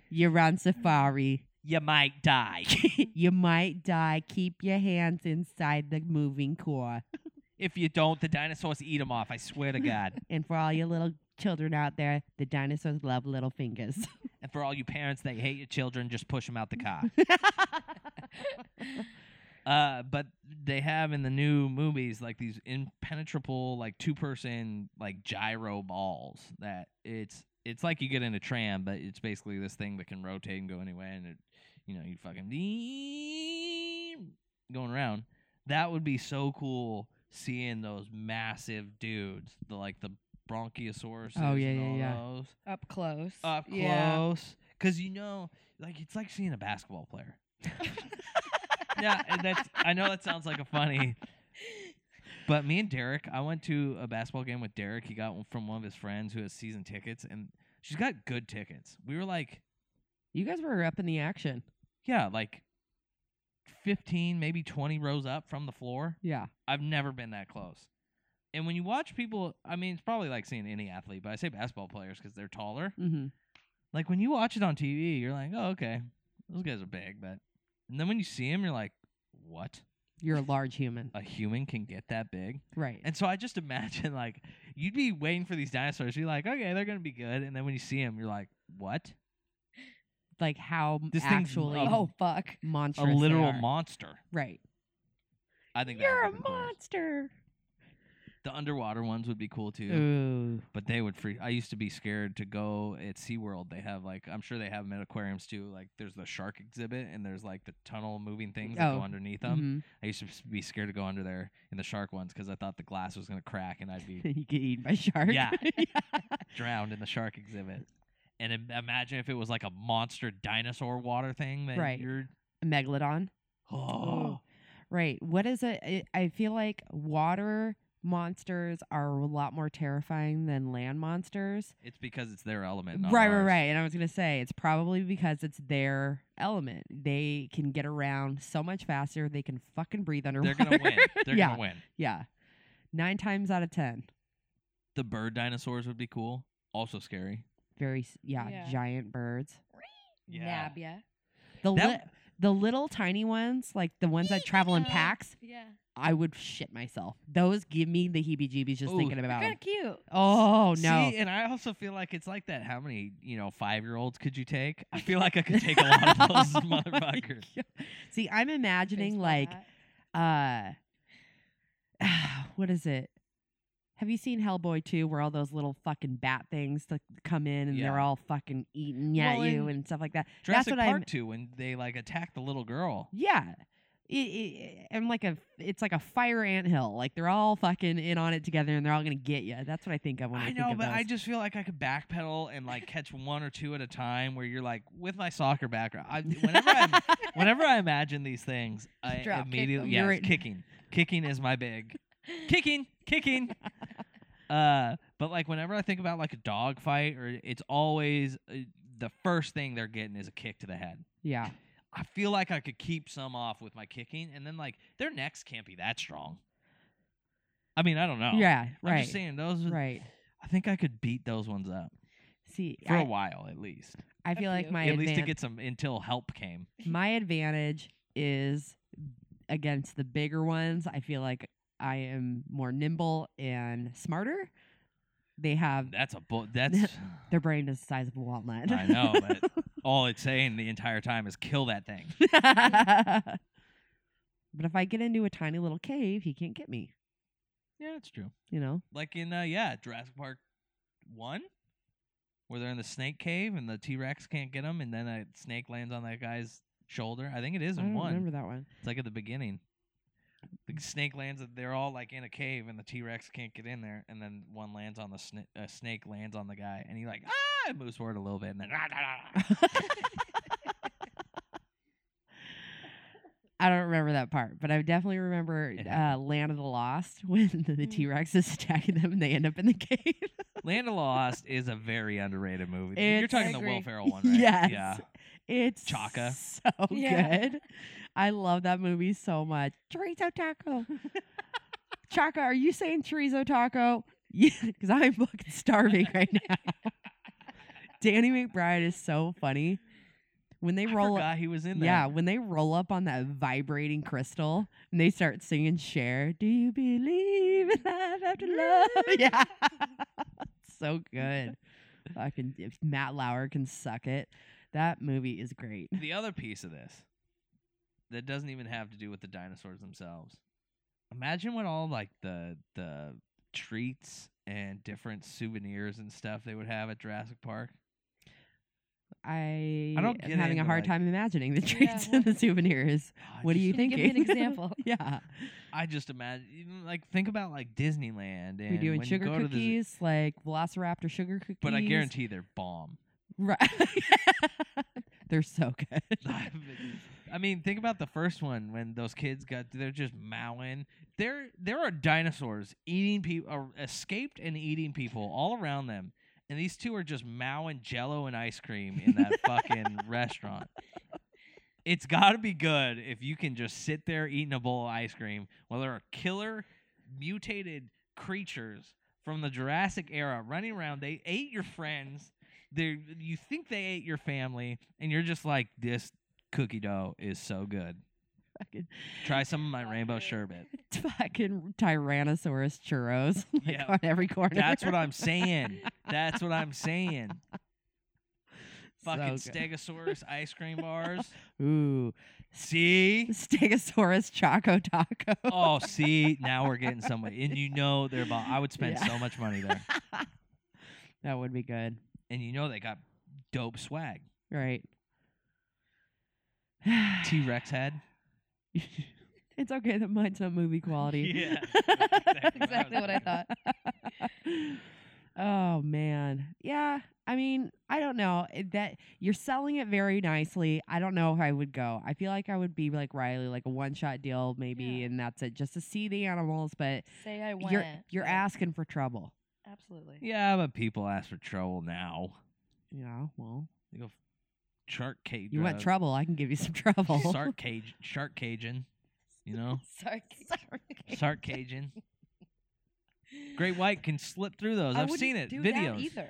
You're on safari. You might die. you might die. Keep your hands inside the moving core. if you don't, the dinosaurs eat them off. I swear to God. And for all your little children out there, the dinosaurs love little fingers. and for all you parents that hate your children, just push them out the car. Uh, but they have in the new movies like these impenetrable, like two person, like gyro balls that it's it's like you get in a tram, but it's basically this thing that can rotate and go anywhere, and it, you know you fucking going around. That would be so cool seeing those massive dudes, the like the bronchiosaurus. Oh, yeah, and yeah, yeah. all Those Up close. up Yeah. close because you know like it's like seeing a basketball player yeah and that's i know that sounds like a funny but me and derek i went to a basketball game with derek he got one from one of his friends who has season tickets and she's got good tickets we were like you guys were up in the action. yeah like 15 maybe 20 rows up from the floor Yeah. I've never been that close. And when you watch people, I mean, it's probably like seeing any athlete, but I say basketball players because they're taller. Mm-hmm. Like when you watch it on TV, you're like, oh, okay, those guys are big, but. And then when you see them, you're like, what? You're a large human. A human can get that big? Right. And so I just imagine, like, you'd be waiting for these dinosaurs. You're like, okay, they're going to be good. And then when you see them, you're like, what? like how m- This thing's actually a- Oh fuck. monstrous. A they literal are. monster. Right. I think that You're would a be the coolest. monster. The underwater ones would be cool too. Ooh. But they would freak. I used to be scared to go at SeaWorld. They have like, I'm sure they have them at aquariums too. Like, there's the shark exhibit and there's like the tunnel moving things that Oh, go underneath them. Mhm. I used to s- be scared to go under there in the shark ones because I thought the glass was going to crack and I'd Mm-hmm. be you get eaten by shark. Yeah. drowned in the shark exhibit. And im- imagine if it was like a monster dinosaur water thing that Right. you're. Megalodon. Oh. Right. What is it? I- I feel like water monsters are a lot more terrifying than land monsters. It's because it's their element. Not right, right, ours. right. And I was gonna say it's probably because it's their element. They can get around so much faster. They can fucking breathe They're underwater. gonna win. They're yeah, gonna win. yeah. Nine times out of ten, The bird dinosaurs would be cool. Also scary. very s- yeah, Yeah. giant birds. Yeah. Nab ya. The That- li- the little tiny ones, like the ones that travel in Yeah. packs, Yeah. I would shit myself. Those give me the heebie-jeebies just Ooh, thinking about. Kind 'em. of cute. Oh See, no! and I also feel like it's like that. How many, you know, five year olds could you take? I feel like I could take a lot of those Oh my motherfuckers. God. See, I'm imagining Baseball like bat. uh what is it? Have you seen Hellboy 2 where all those little fucking bat things that come in and they're Yeah. all fucking eating at Well, you and and stuff like that? Jurassic what Park I'm- 2 when they like attack the little girl. Yeah. I- I- I'm like a it's like a fire anthill. Like they're all fucking in on it together and they're all going to get you. That's what I think of when I, I think know, of but I those. just feel like I could backpedal and like catch one or two at a time. Where you're like, with my soccer background, I, whenever I whenever I imagine these things, I Drop kick immediately them. You're yeah, in. kicking, kicking is my big, kicking, kicking. uh, but like whenever I think about like a dog fight, or it's always uh, the first thing they're getting is a kick to the head. Yeah. I feel like I could keep some off with my kicking, and then like their necks can't be that strong. I mean, I don't know. Yeah, right. I'm just saying those. Right. I think I could beat those ones up See, for a I, while at least. I feel A like few. my at least to advan- get some until help came. my advantage is against the bigger ones. I feel like I am more nimble and smarter. They have That's a bull. That's their brain is the size of a walnut. I know, but all it's saying the entire time is kill that thing. but if I get into a tiny little cave, he can't get me. Yeah, that's true. You know, Like in uh, yeah, Jurassic Park one, where they're in the snake cave and the T Rex can't get them, and then a snake lands on that guy's shoulder. I think it is I in don't one. remember that one. It's like at the beginning. The snake lands. They're all like in a cave, and the T Rex can't get in there. And then one lands on the sna- uh, snake lands on the guy, and he like ah and moves forward a little bit, and then "Ah, da, da, da." I don't remember that part, but I definitely remember It uh, happened. Land of the Lost when the T Rex is attacking them and they end up in the cave. Land of Lost is a very underrated movie. You're It's- talking I the agree. Will Ferrell one, right? Yes. Yeah. It's Chaka. so Yeah. good. I love that movie so much. Chorizo taco. Chaka, are you saying chorizo taco? Yeah, because I'm fucking starving right now. Danny McBride is so funny. When they I roll up, forgot he was in there. yeah, when they roll up on that vibrating crystal and they start singing Cher, do you believe in love after love? Yeah. so good. Fucking if Matt Lauer can suck it. That movie is great. The other piece of this that doesn't even have to do with the dinosaurs themselves. Imagine what all like the the treats and different souvenirs and stuff they would have at Jurassic Park. I, don't am get having a into, hard like- time imagining the Yeah, treats and the souvenirs. Ah, What do just- you Give thinking? me an example. yeah, I just imagine, even, like, think about like Disneyland and we're doing when you sugar go to the zoo- cookies, like Velociraptor sugar cookies. but I guarantee they're bomb. right? They're so good. I mean, think about the first one when those kids got they're just mowing. There, there are dinosaurs eating people, escaped and eating people all around them, and these two are just mowing Jello and ice cream in that fucking restaurant. It's got to be good if you can just sit there eating a bowl of ice cream while there are killer mutated creatures from the Jurassic era running around. They ate your friends. They you think they ate your family, and you're just like, this cookie dough is so good. Fucking- Try some of my rainbow sherbet. fucking Tyrannosaurus churros like Yeah. on every corner. That's what I'm saying. That's what I'm saying. Fucking So good. Stegosaurus ice cream bars. Ooh, See? Stegosaurus Choco Taco. Oh, see, now we're getting somebody, and you know they're. About, I would spend Yeah. so much money there, that would be good, and you know they got dope swag. right? T Rex head. it's okay that mine's not movie quality. Yeah, That's exactly what I thought. oh man, yeah. I mean, I don't know It- that. I you're selling it very nicely. I don't know if I would go. I feel like I would be like Riley, like a one shot deal maybe, Yeah. and that's it, just to see the animals. But Say I went. you're you're Like, asking for trouble. Absolutely. Yeah, but people ask for trouble now. Yeah, well, They go shark cage. you want uh, trouble? I can give you some trouble. Shark cage. Shark caging. You know, Sorry. shark caging. Great white can slip through those. I I've wouldn't seen it. Do Videos. That either.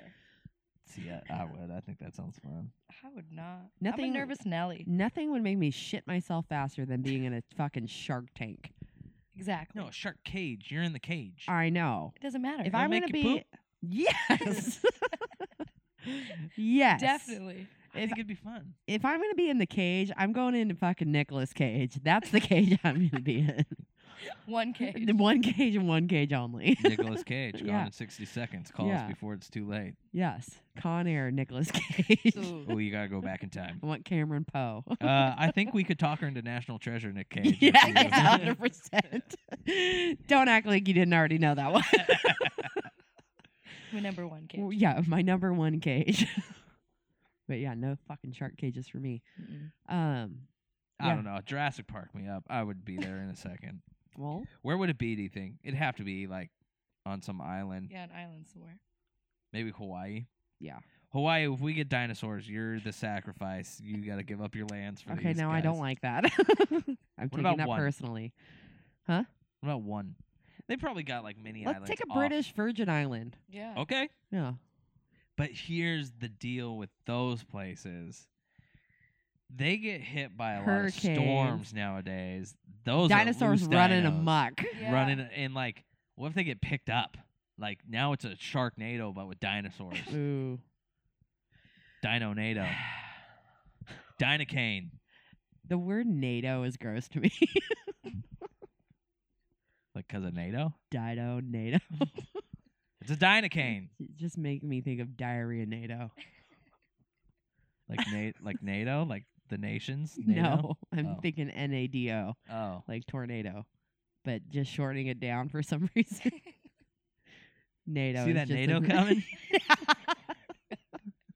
See, I, I would. I think that sounds fun. I would not. I'm Nothing- a nervous Nelly. Nothing would make me shit myself faster than being in a fucking shark tank. Exactly. No, a shark cage. You're in the cage. I know. it doesn't matter. If They I'm make gonna be you poop? yes, yes, Definitely. I if- think it'd be fun. If I'm gonna be in the cage, I'm going into fucking Nicolas Cage. That's the cage I'm gonna be in. One cage. The one cage and one cage only. Nicholas Cage gone Yeah. in 60 seconds. Call Yeah. us before it's too late. yes, Con Air, Nicolas Cage. Oh, you gotta go back in time. I want Cameron Poe. Uh, I think we could talk her into National Treasure, Nick Cage. Yeah, if she was- hundred percent. Don't act like you didn't already know that one. My number one cage. Well, yeah, my number one cage. but yeah, no fucking shark cages for me. Mm-mm. Um, I Yeah. don't know. Jurassic Park me up. I would be there in a second. well, Where would it be? Do you think it'd have to be like on some island, Yeah, an island somewhere. maybe Hawaii? Yeah. Hawaii. If we get dinosaurs, you're the sacrifice. You gotta give up your lands for okay, these now I don't guys. like that. I'm taking about that one? personally. What about one? They probably got like oh. mini Let's islands. take a off- British Virgin Island. Yeah. Okay. Yeah. But here's the deal with those places. They get hit by a Hurricanes. lot of storms nowadays. Those are Dinosaurs loose running dinos, amok. Yeah. Running and like what if they get picked up? Like now it's a sharknado but with dinosaurs. Ooh. Dino nado. Dinocane. The word NATO is gross to me. Like cuz of NATO? Dido, NATO. It's a dinocane. It just make me think of diarrhea NATO. Like na- like NATO, like the nations? NATO? No, I'm Oh. thinking NADO, Oh. like tornado, but just shortening it down for some reason. NATO. See is that just a- NATO coming?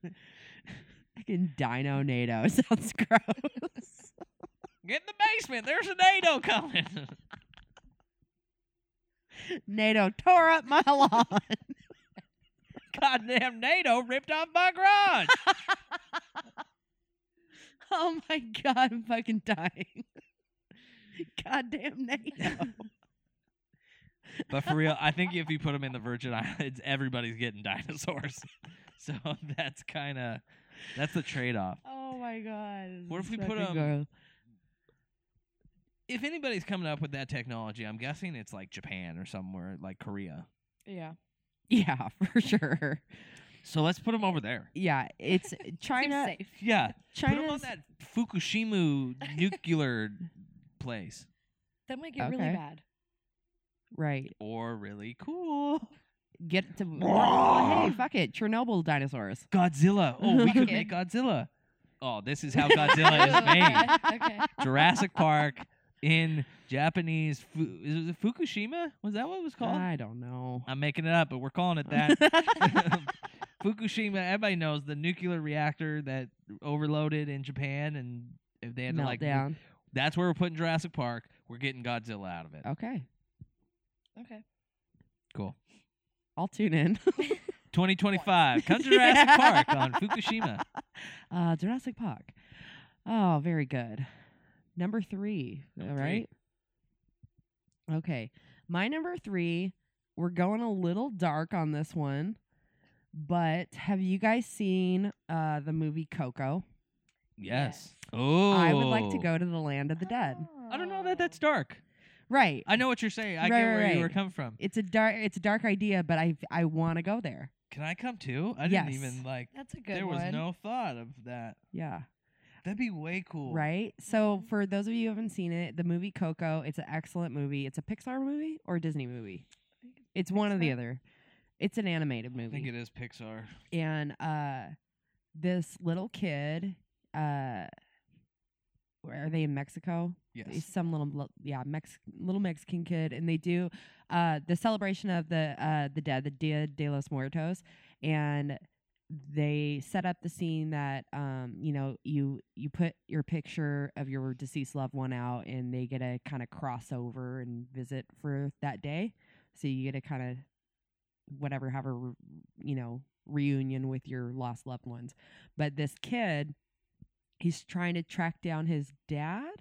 Fucking dino NATO sounds gross. Get in the basement. There's a NATO coming. NATO tore up my lawn. Goddamn NATO ripped off my garage. Oh my god, I'm fucking dying. Goddamn NATO. But for real, I think if you put them in the Virgin Islands, everybody's getting dinosaurs. so that's kind of that's the trade-off. Oh my god. What if we put Fucking them? gross. If anybody's coming up with that technology, I'm guessing it's like Japan or somewhere like Korea. Yeah. Yeah, for sure. So let's put them over there. Yeah, it's China. Seems safe. Yeah, put 'em on China's that Fukushima nuclear place, That might get really Okay. bad. right. or really cool Get to or- hey, fuck it, Chernobyl dinosaurs. Godzilla. Oh, we could Okay. make Godzilla. Oh, this is how Godzilla is made. okay. okay. Jurassic Park in Japanese. Fu- is it Fukushima? Was that what it was called? I don't know. I'm making it up, but we're calling it that. Fukushima. Everybody knows the nuclear reactor that overloaded in Japan, and if they had to like, Meltdown. that's where we're putting Jurassic Park. We're getting Godzilla out of it. okay, Okay. Cool. I'll tune in. 2025. Come to Jurassic Park on Fukushima. Uh, Jurassic Park. Oh, very good. Number three. Number all three. right. Okay. My number three, we're going a little dark on this one, but have you guys seen uh, the movie Coco? Yes. Yes. Oh. I would like to go to the land of the dead. Oh. I don't know that that's dark. Right. I know what you're saying. I Right, get right, where you right. were coming from. It's a dark it's a dark idea, but I I want to go there. Can I come too? I didn't Yes. even like. Oh, That's a good there one. was no thought of that. Yeah. That'd be way cool. Mm-hmm. Right? So Mhm. for those of you who haven't seen it, the movie Coco, it's an excellent movie. It's a Pixar movie or a Disney movie? think it's It's one or the Pixar. other. It's an animated I think movie. it is Pixar. and uh this little kid uh where are they in Mexico? He's Yes. some little blo- yeah Mex- little Mexican kid, and they do uh, the celebration of the uh, the dead, the Dia de los Muertos, and they set up the scene that um, you know you you put your picture of your deceased loved one out, and they get to kind of cross over and visit for that day. So you get to kind of whatever have a re- you know reunion with your lost loved ones. But this kid, he's trying to track down his dad.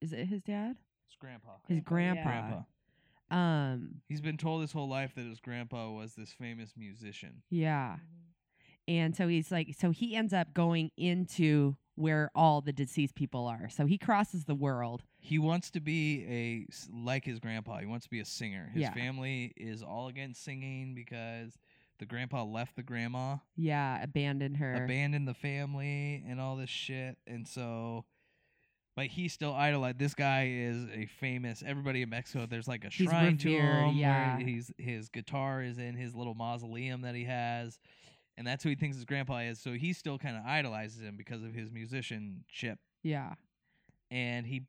Is it his dad? It's grandpa. His Grandpa, grandpa. yeah. Grandpa. Um, He's been told his whole life that his grandpa was this famous musician. Yeah. Mm-hmm. And so he's like, so he ends up going into where all the deceased people are. So he crosses the world. He wants to be a s- like his grandpa. He wants to be a singer. His Yeah. family is all against singing because the grandpa left the grandma, Yeah, abandon her. abandoned the family, and all this shit. And so, but he still idolized. This guy is a famous. Everybody in Mexico, there's like a He's shrine revered, to him. yeah. Where he's his guitar is in his little mausoleum that he has. And that's who he thinks his grandpa is. So he still kind of idolizes him because of his musicianship yeah. and he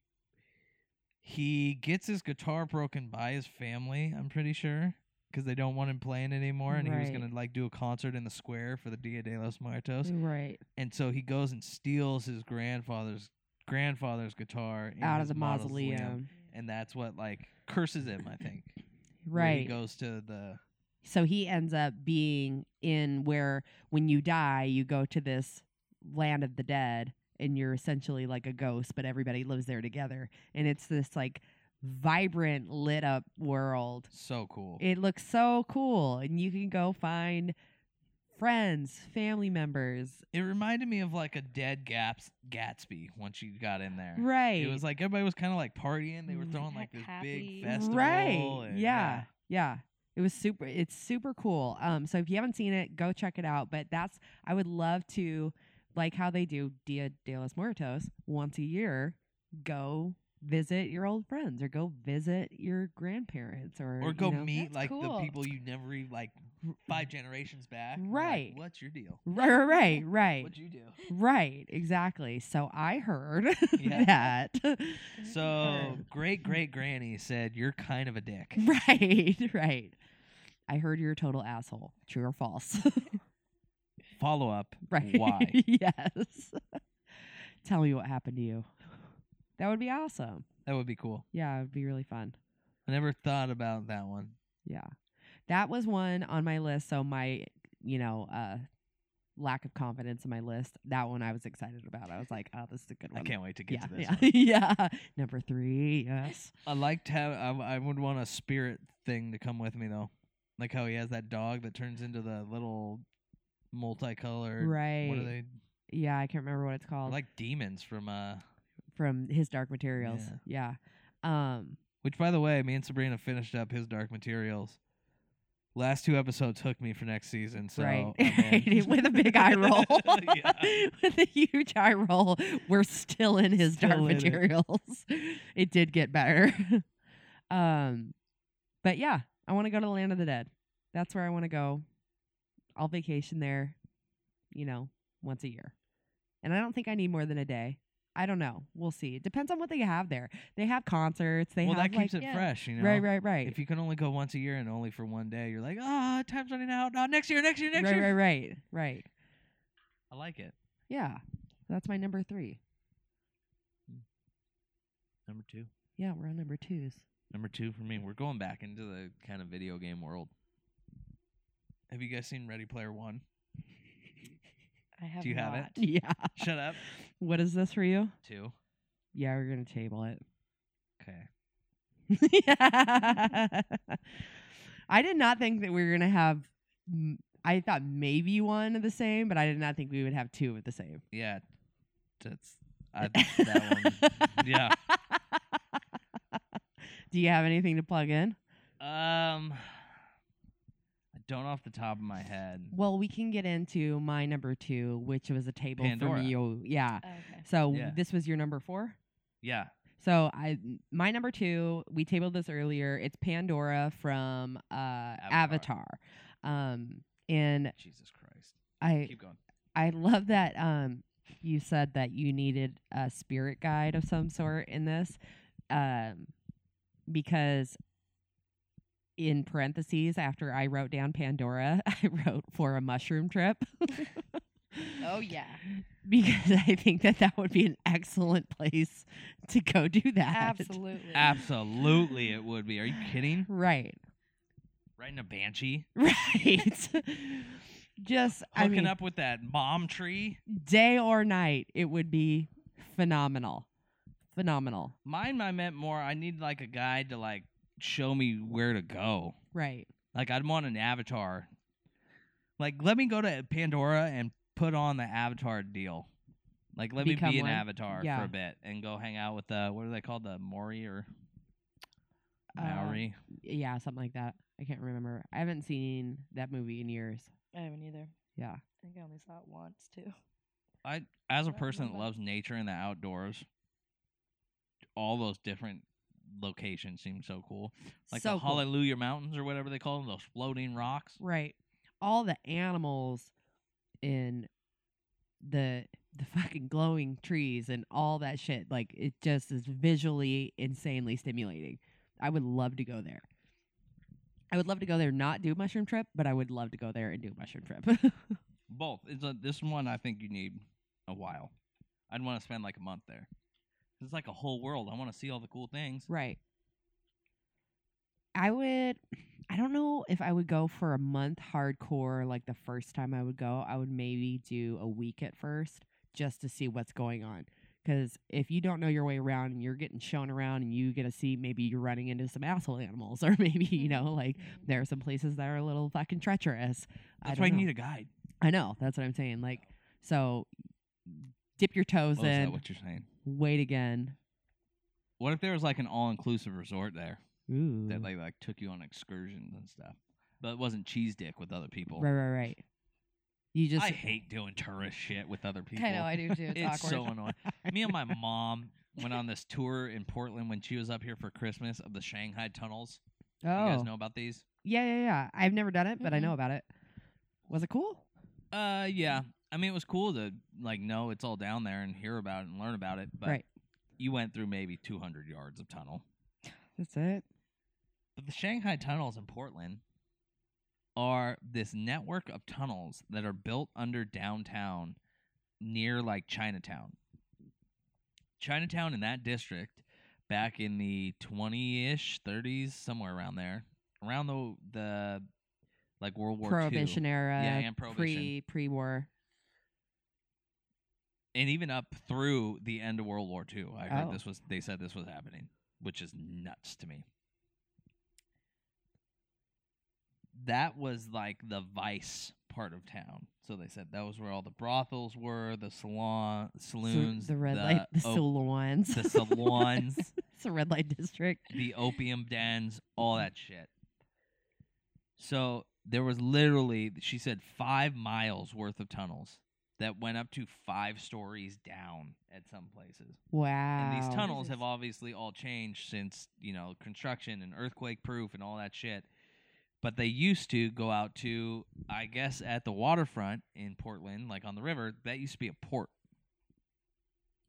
he gets his guitar broken by his family. I'm pretty sure because they don't want him playing anymore, and he was Right. gonna like do a concert in the square for the Dia de los Muertos, Right. and so he goes and steals his grandfather's grandfather's guitar in Out of his the mausoleum. and that's what like curses him. I think where he Right. goes to the so he ends up being in where when you die, you go to this land of the dead and you're essentially like a ghost, but everybody lives there together. And it's this like vibrant, lit up world. so cool. It looks so cool, and you can go find friends, family members, It reminded me of like a dead Gaps Gatsby once you got in there. right? It was like everybody was kind of like partying. They were Mm, throwing ha- like this happy. big festival. right? and- yeah, yeah. It was super. It's super cool. Um, so if you haven't seen it, go check it out. But that's I would love to, like how they do Dia de los Muertos once a year. Go visit your old friends, or go visit your grandparents, or or you go know- meet That's like cool. the people you never e- like five generations back. and you're like, Right. What's your deal? Right, right, right, right. What'd you do? Right, exactly. So I heard Yeah. that. So great great granny said, You're kind of a dick. right, right. I heard you're a total asshole. True or false? Follow up. right. Why? yes. Tell me what happened to you. That would be awesome. That would be cool. Yeah, it would be really fun. I never thought about that one. Yeah. That was one on my list. So my, you know, uh lack of confidence in my list, that one I was excited about. I was like, oh, this is a good I one. can't wait to get yeah, to this yeah, one. yeah. Number three, yes. I liked how I, I would want a spirit thing to come with me though. Like how he has that dog that turns into the little multicolored Right. what are they Yeah, I can't remember what it's they're called. like demons from uh from his Dark Materials. Yeah. Um Which, by the way, me and Sabrina finished up his Dark Materials. Last two episodes hooked me for next season, so uh, right. I'm in. With a big eye roll. Yeah. With a huge eye roll. We're still in his Dark Still in it. Materials. It. did get better. um but yeah, I want to go to the land of the dead. That's where I want to go. I'll vacation there, you know, once a year. And I don't think I need more than a day. I don't know. We'll see. It depends on what they have there. They have concerts. They well, have that keeps like, it yeah. fresh, you know. right, right, right. If you can only go once a year and only for one day, you're like, ah, time's running out. Ah, next year, next year, next right, year. right, right, right. I like it. Yeah, that's my number three. Number two. Yeah, we're on number twos. Number two for me. We're going back into the kind of video game world. Have you guys seen Ready Player One? I have Do you have not. it? Yeah. Shut up. What is this for you? Two. Yeah, we're gonna table it. Okay. I did not think that we were gonna have. m- I thought maybe one of the same, but I did not think we would have two of the same. Yeah, that's I, that one. Yeah. Do you have anything to plug in? Um, I don't off the top of my head. Well, we can get into my number two, which was a table Pandora. from you. Yeah. Oh, okay. So Yeah. this was your number four. Yeah. So I my number two, we tabled this earlier. It's Pandora from uh, Avatar. Avatar. Um, and Jesus Christ. I Keep going. I love that um you said that you needed a spirit guide of some sort in this. Um because in parentheses after I wrote down Pandora, I wrote for a mushroom trip. Oh, yeah. Because I think that that would be an excellent place to go do that. Absolutely. Absolutely, it would be. Are you kidding? Right. Riding a banshee, Right. Just I hooking mean, up with that mom tree. day or night, it would be phenomenal. Phenomenal. Mine, I meant more. I need like a guide to like show me where to go. Right. Like I'd want an avatar. Like let me go to Pandora and put on the avatar deal. Like let Become me be one? an avatar Yeah. for a bit and go hang out with the what are they called the Mori or Uh, Maori? Yeah, something like that. I can't remember. I haven't seen that movie in years. I haven't either. Yeah. I think I only saw it once, too. I as a I person that remember. loves nature and the outdoors, all those different locations seem so cool. Like So the cool. Hallelujah Mountains or whatever they call them, those floating rocks. Right. All the animals in the the fucking glowing trees and all that shit. Like it just is visually insanely stimulating. I would love to go there. I would love to go there, not do mushroom trip, but I would love to go there and do mushroom trip. Both. It's a, this one I think you need a while. I'd want to spend like a month there. It's like a whole world. I want to see all the cool things. Right. I would I don't know if I would go for a month hardcore like the first time I would go. I would maybe do a week at first just to see what's going on. Cuz if you don't know your way around and you're getting shown around and you get to see maybe you're running into some asshole animals or maybe you know Mm-hmm. like there are some places that are a little fucking treacherous. I don't That's why you know. need a guide. I know, that's what I'm saying. Like so dip your toes Oh, is that in, what you're saying? wait again. What if there was like an all-inclusive resort there Ooh. that like like took you on excursions and stuff, but it wasn't cheese dick with other people? Right, right, right. You just I hate doing tourist shit with other people. I know, I do, too. It's, it's awkward. so annoying. Me and my mom went on this tour in Portland when she was up here for Christmas of the Shanghai tunnels. Oh, You guys know Mm-hmm. about these? yeah, yeah, yeah. I've never done it, but I Mhm. know about it. Was it cool? Uh, yeah. Mm. I mean, it was cool to like know it's all down there and hear about it and learn about it. But Right. you went through maybe 200 yards of tunnel. That's it. But the Shanghai tunnels in Portland are this network of tunnels that are built under downtown near like Chinatown. Chinatown in that district back in the 20-ish, 30s, somewhere around there, around the the like World War II. Prohibition era, Yeah, and Prohibition. pre pre-war. and even up through the end of World War II. I heard Oh. this was they said this was happening, which is nuts to me. That was like the vice part of town. So they said that was where all the brothels were, the salon So saloons, the red light, the op- salons, the salons, it's a red light district. the opium dens, all that shit. So there was literally, she said, five miles worth of tunnels that went up to five stories down at some places. Wow. And these tunnels have Jesus. obviously all changed since, you know, construction and earthquake proof and all that shit. But they used to go out to, I guess, at the waterfront in Portland, like on the river, that used to be a port.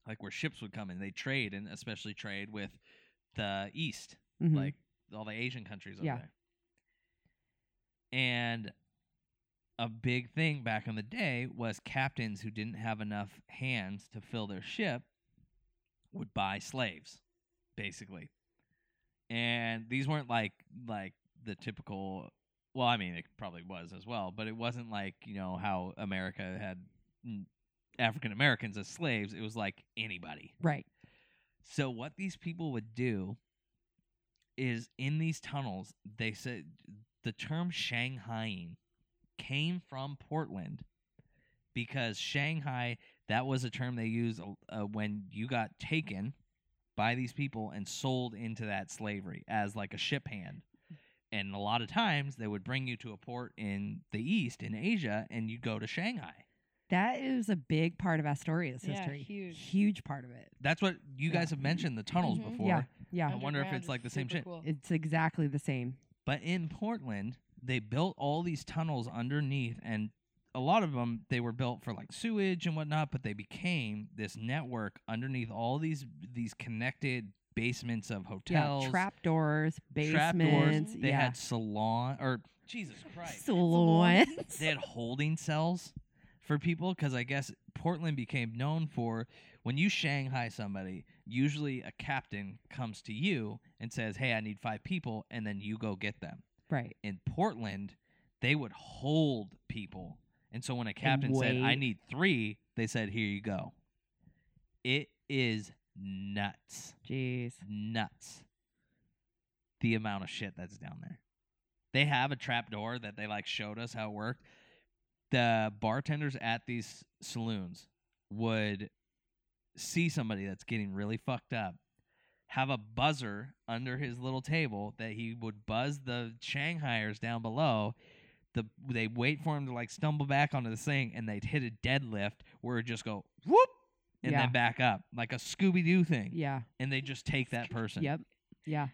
Like where ships would come in. They trade and especially trade with the east, Mhm. like all the Asian countries over Yeah. there. And a big thing back in the day was captains who didn't have enough hands to fill their ship would buy slaves, basically. And these weren't like like the typical well, I mean it probably was as well, but it wasn't like, you know, how America had mm, African Americans as slaves. It was like anybody. right. So what these people would do is in these tunnels, they said the term Shanghaiing came from Portland because Shanghai that was a term they used uh, when you got taken by these people and sold into that slavery as like a ship hand. And a lot of times they would bring you to a port in the east in Asia and you go to Shanghai. That is a big part of Astoria's Yeah, history. huge. huge part of it. That's what you Yeah. guys have mentioned the tunnels Mhm. before. Yeah, yeah. I wonder if Underground it's is like the same super shit. cool. It's exactly the same. But in Portland, they built all these tunnels underneath, and a lot of them they were built for like sewage and whatnot. But they became this network underneath all these these connected basements of Yeah, hotels, trap doors, trapdoors. basements. They yeah. had salon or Jesus Christ. salons. they had holding cells for people because I guess Portland became known for when you Shanghai somebody, usually a captain comes to you and says, Hey, I need five people, and then you go get them. right. In Portland, they would hold people. And so when a captain said, I wait. need three, they said, Here you go. It is nuts Jeez. nuts the amount of shit that's down there. They have a trap door that they like showed us how it worked. The bartenders at these saloons would see somebody that's getting really fucked up, have a buzzer under his little table that he would buzz the Shanghaiers down below. The they wait for him to like stumble back onto the thing and they'd hit a deadlift where it just go whoop and Yeah. then back up like a Scooby Doo thing Yeah. and they just take that person. Yep. Yeah.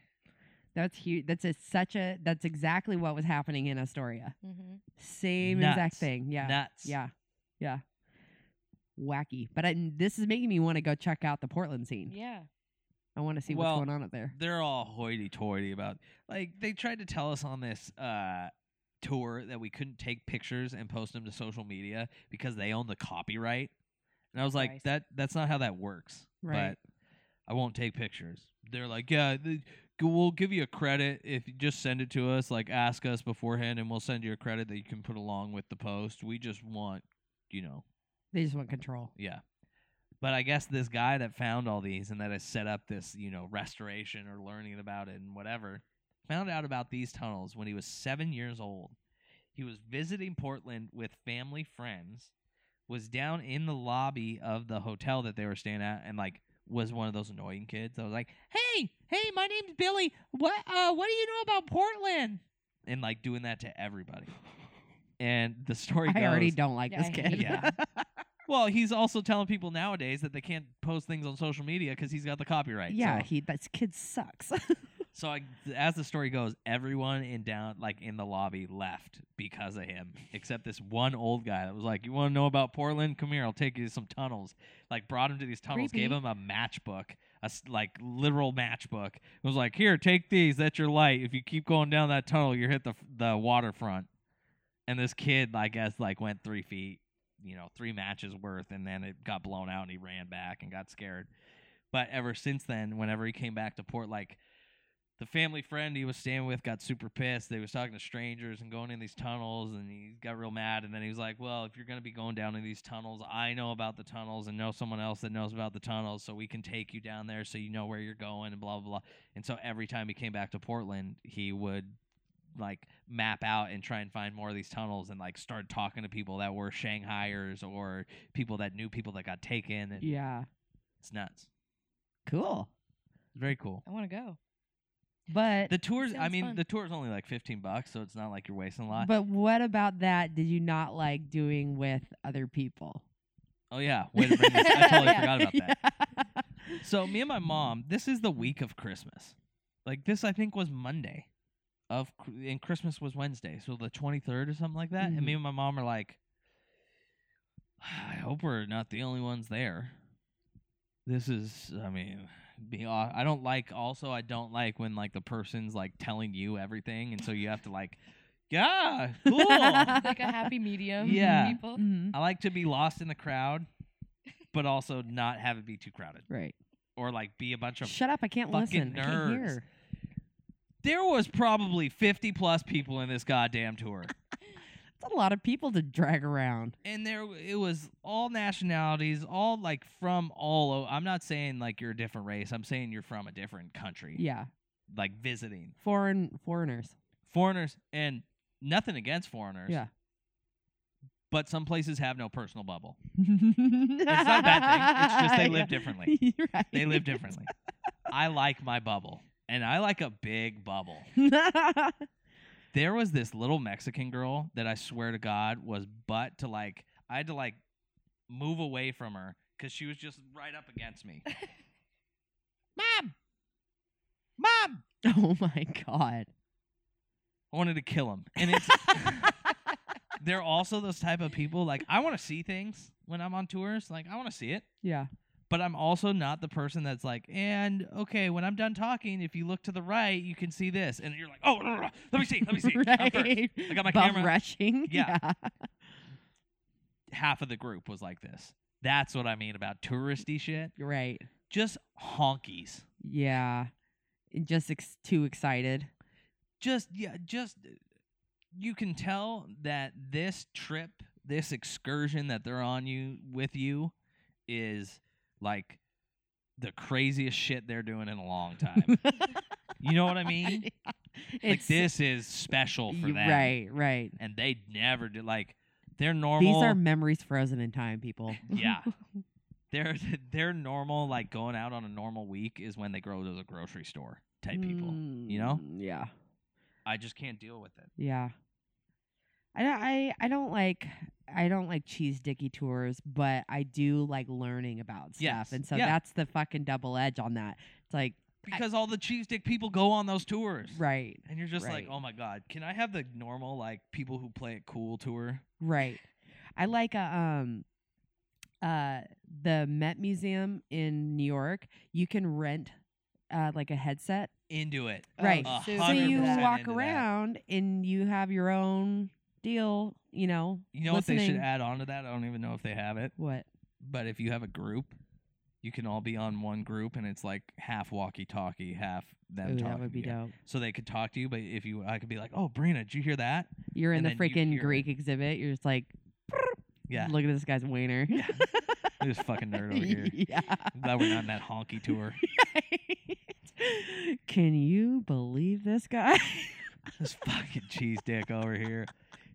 That's huge. That's a, such a. That's exactly what was happening in Astoria. Mm-hmm. Same exact Nuts. thing. Yeah. Nuts. Yeah. Yeah. Wacky. But I, this is making me want to go check out the Portland scene. Yeah. I want to see Well, what's going on up there. They're all hoity toity about like they tried to tell us on this uh tour that we couldn't take pictures and post them to social media because they own the copyright. And I was like, Christ. that that's not how that works. Right. But I won't take pictures. They're like, yeah, th- g- we'll give you a credit if you just send it to us. Like, ask us beforehand, and we'll send you a credit that you can put along with the post. We just want, you know, They just want control. Yeah. But I guess this guy that found all these and that has set up this, you know, restoration or learning about it and whatever, found out about these tunnels when he was seven years old. He was visiting Portland with family friends, was down in the lobby of the hotel that they were staying at, and like was one of those annoying kids. I was like, "Hey, hey, my name's Billy. What, uh, what do you know about Portland?" And like doing that to everybody. And the story I goes, already don't like Yeah, this I kid. hate Yeah. Well, he's also telling people nowadays that they can't post things on social media because he's got the copyright. yeah. So, He. That kid sucks. so I, as the story goes, everyone in down like in the lobby left because of him, except this one old guy that was like, "You want to know about Portland? Come here, I'll take you to some tunnels." Like brought him to these tunnels, gave Creepy. him a matchbook, a s- like literal matchbook. It was like, "Here, take these. That's your light. If you keep going down that tunnel, you hit the f- the waterfront." And this kid, I guess, like went three feet, you know, three matches worth, and then it got blown out, and he ran back and got scared. But ever since then, whenever he came back to port, like the family friend he was staying with got super pissed. They was talking to strangers and going in these tunnels, and he got real mad. And then he was like, "Well, if you're gonna be going down in these tunnels, I know about the tunnels and know someone else that knows about the tunnels, so we can take you down there, so you know where you're going." And blah blah blah. And so every time he came back to Portland, he would like map out and try and find more of these tunnels and like start talking to people that were Shanghaiers or people that knew people that got taken. And yeah. It's nuts. Cool. Very cool. I want to go. But The tours, I Sounds mean, fun. the tour's only like 15 bucks, so it's not like you're wasting a lot. But what about that did you not like doing with other people? oh, yeah. Way to bring this. I totally Yeah. forgot about that. that. So, me and my mom, this is the week of Christmas. Like, this, I think, was Monday of, Chr- and Christmas was Wednesday. So, the 23rd or something like that. Mm-hmm. And me and my mom are like, I hope we're not the only ones there. This is, I mean, be aw- I don't like, also, I don't like when, like, the person's, like, telling you everything. And so you have to, like, yeah, cool. Like a happy medium. for Yeah. People. Mhm. I like to be lost in the crowd, but also not have it be too crowded Right. or like be a bunch of. Shut up, I can't fucking listen. I can't nerds. hear. there was probably 50 plus people in this goddamn tour. It's a lot of people to drag around. and there it was all nationalities, all like from all o- I'm not saying like you're a different race. I'm saying you're from a different country. Yeah. Like visiting. Foreign foreigners. Foreigners and nothing against foreigners. Yeah. But some places have no personal bubble. it's not a bad thing, it's just they live differently. right. They live differently. I like my bubble. And I like a big bubble. there was this little Mexican girl that I swear to God was butt to like I had to like move away from her because she was just right up against me. Mom, mom, oh my god. I wanted to kill him, and it's they're also those type of people like I want to see things when I'm on tours, like I want to see it. Yeah. But I'm also not the person that's like, and okay, when I'm done talking, if you look to the right, you can see this, and you're like, oh, let me see, let me see. I'm first." Right? I got my Bum camera. rushing. Yeah. Half of the group was like this. That's what I mean about touristy shit. You're Right. Just honkies. Yeah. And Just ex- too excited. just yeah just uh, you can tell that this trip this excursion that they're on you with you is like the craziest shit they're doing in a long time you know what i mean like It's- this is special for y- them Right, right. and they never do like they're normal These are memories frozen in time, people. yeah their their normal like going out on a normal week is when they go to the grocery store type people you know Mm, Yeah. i just can't deal with it Yeah. I don't I, I don't like I don't like cheese dicky tours, but I do like learning about stuff. Yes, And so yeah. that's the fucking double edge on that. It's like because all the cheese dick people go on those tours right, And you're just Right. like, oh my god, can I have the normal like people who play it cool tour? right. I like a um uh the Met Museum in New York, you can rent uh like a headset. Into it, Right. Oh, A so So hundred you percent walk into that. around and you have your own deal, you know. You know what they should listening- add on to that? I don't even know if they have it, What? but if you have a group, you can all be on one group, and it's like half walkie-talkie, half Ooh, them talking. that would be to you. dope. So they could talk to you, but if you, I could be like, oh, Brina, did you hear that? You're in and the then you freaking hear it. Greek exhibit. You're just like, Yeah, look at this guy's wiener. yeah. This fucking nerd over here. yeah. I'm glad we're not in that honky tour. Right. Can you believe this guy? this fucking cheese dick over here.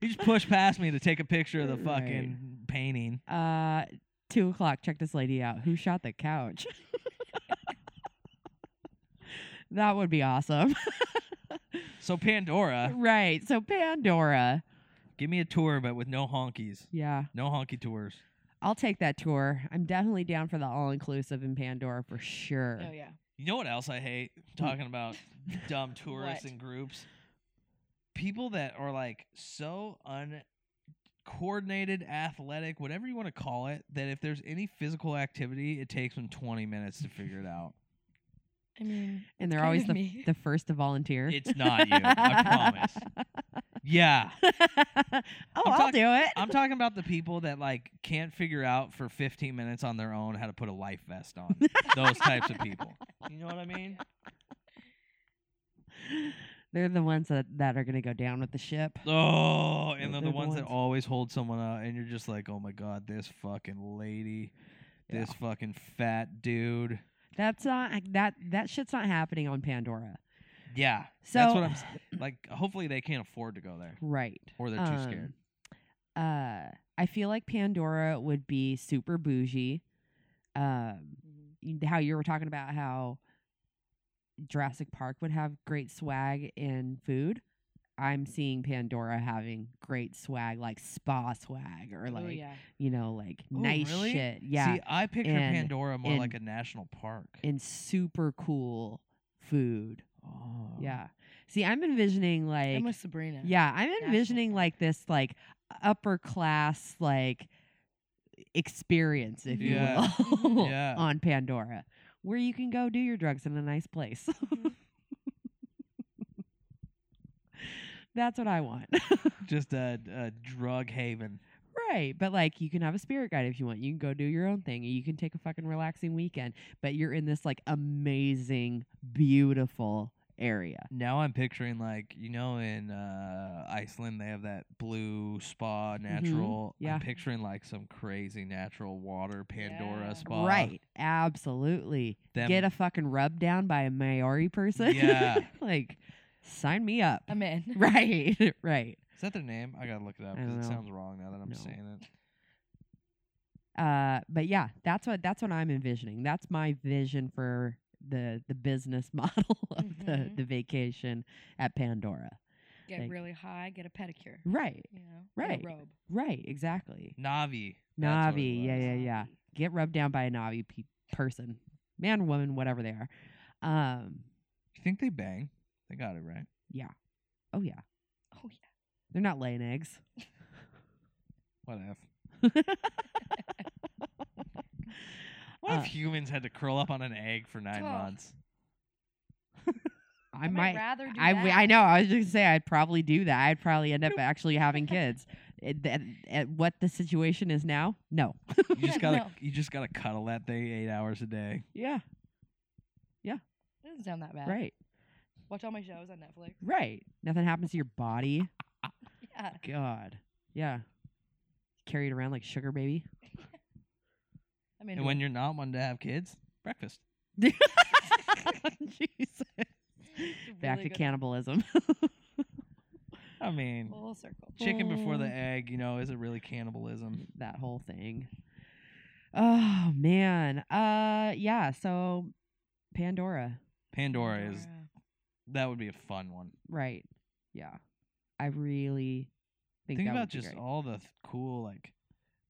He just pushed past me to take a picture of the Right. fucking painting. Uh, two o'clock. Check this lady out. Who shot the couch? that would be awesome. So Pandora, right. So Pandora. give me a tour, but with no honkies, Yeah, no honky tours. I'll take that tour. I'm definitely down for the all inclusive in Pandora for sure. Oh yeah. You know what else I hate? Talking about dumb tourists What? and groups, people that are like so uncoordinated, athletic, whatever you want to call it, that if there's any physical activity, it takes them 20 minutes to figure it out. I mean, And they're kind always of the me. the first to volunteer. It's not you, I promise. Yeah. oh, I'm I'll talk- do it. I'm talking about the people that like can't figure out for 15 minutes on their own how to put a life vest on. Those types of people. You know what I mean? They're the ones that, that are going to go down with the ship. Oh, They're- and they're they're the the ones that ones. always hold someone out, and you're just like, oh my god, this fucking lady, this fucking fat dude. That's not that that shit's not happening on Pandora. Yeah, So that's what I'm s- like. Hopefully, they can't afford to go there, right. or they're too Um, scared. Uh, I feel like Pandora would be super bougie. Um, Mm-hmm. y- how you were talking about how Jurassic Park would have great swag and food. I'm seeing Pandora having great swag, like spa swag, or like oh yeah. you know, like Oh, nice really? shit. Yeah, See, I picture and- Pandora more like a and- national park. and super cool food. oh. Yeah. See, I'm envisioning like I'm with Sabrina. yeah, I'm National envisioning Park. like this like upper class like experience, if Yeah. you will, Yeah. on Pandora, where you can go do your drugs in a nice place. Mm-hmm. That's what I want. just a, a drug haven. right. But like you can have a spirit guide if you want. You can go do your own thing. You can take a fucking relaxing weekend. But you're in this like amazing, beautiful area. Now I'm picturing like you know in uh, Iceland they have that blue spa natural. Mm-hmm. yeah. I'm picturing like some crazy natural water Pandora Yeah. spa. Right. Absolutely. Them- Get a fucking rub down by a Maori person. Yeah. like, sign me up. I'm in. Right. Right. Is that their name? I gotta look it up I don't because it know. sounds wrong now that I'm No. saying it. Uh, but yeah, that's what that's what I'm envisioning. That's my vision for the the business model of the, Mm-hmm. Mhm. the vacation at Pandora. Get Like- really high. Get a pedicure. Right. You know. Right. Get a robe. Right. Exactly. Navi. that's what it Navi. Yeah. was. Yeah. Yeah. Get rubbed down by a Navi pe- person, man, woman, whatever they are. Um. You think they bang? They got it right. Oh yeah, Oh yeah. they're not laying eggs. What f? What Uh, if humans had to curl up on an egg for nine Oh. months? I I might, might. rather do I, w- that. I know. I was just gonna say I'd probably do that. I'd probably end up actually having kids. At, at, at what the situation is now, no. You just gotta No. you just gotta cuddle that thing eight hours a day. Yeah. It doesn't sound that bad. Right. Watch all my shows on Netflix. Right. Nothing happens to your body. Yeah. God. Yeah. Carried around like sugar baby. I mean, And when you're not one to have kids, breakfast. Jesus. Back to cannibalism. I mean, Full circle. chicken before the Oh. egg, you know, is it really cannibalism? that whole thing. Oh man. Uh yeah, so Pandora. Pandora is that would be a fun one. Right. Yeah. I really think, Think, that about would be just great. all the th- cool like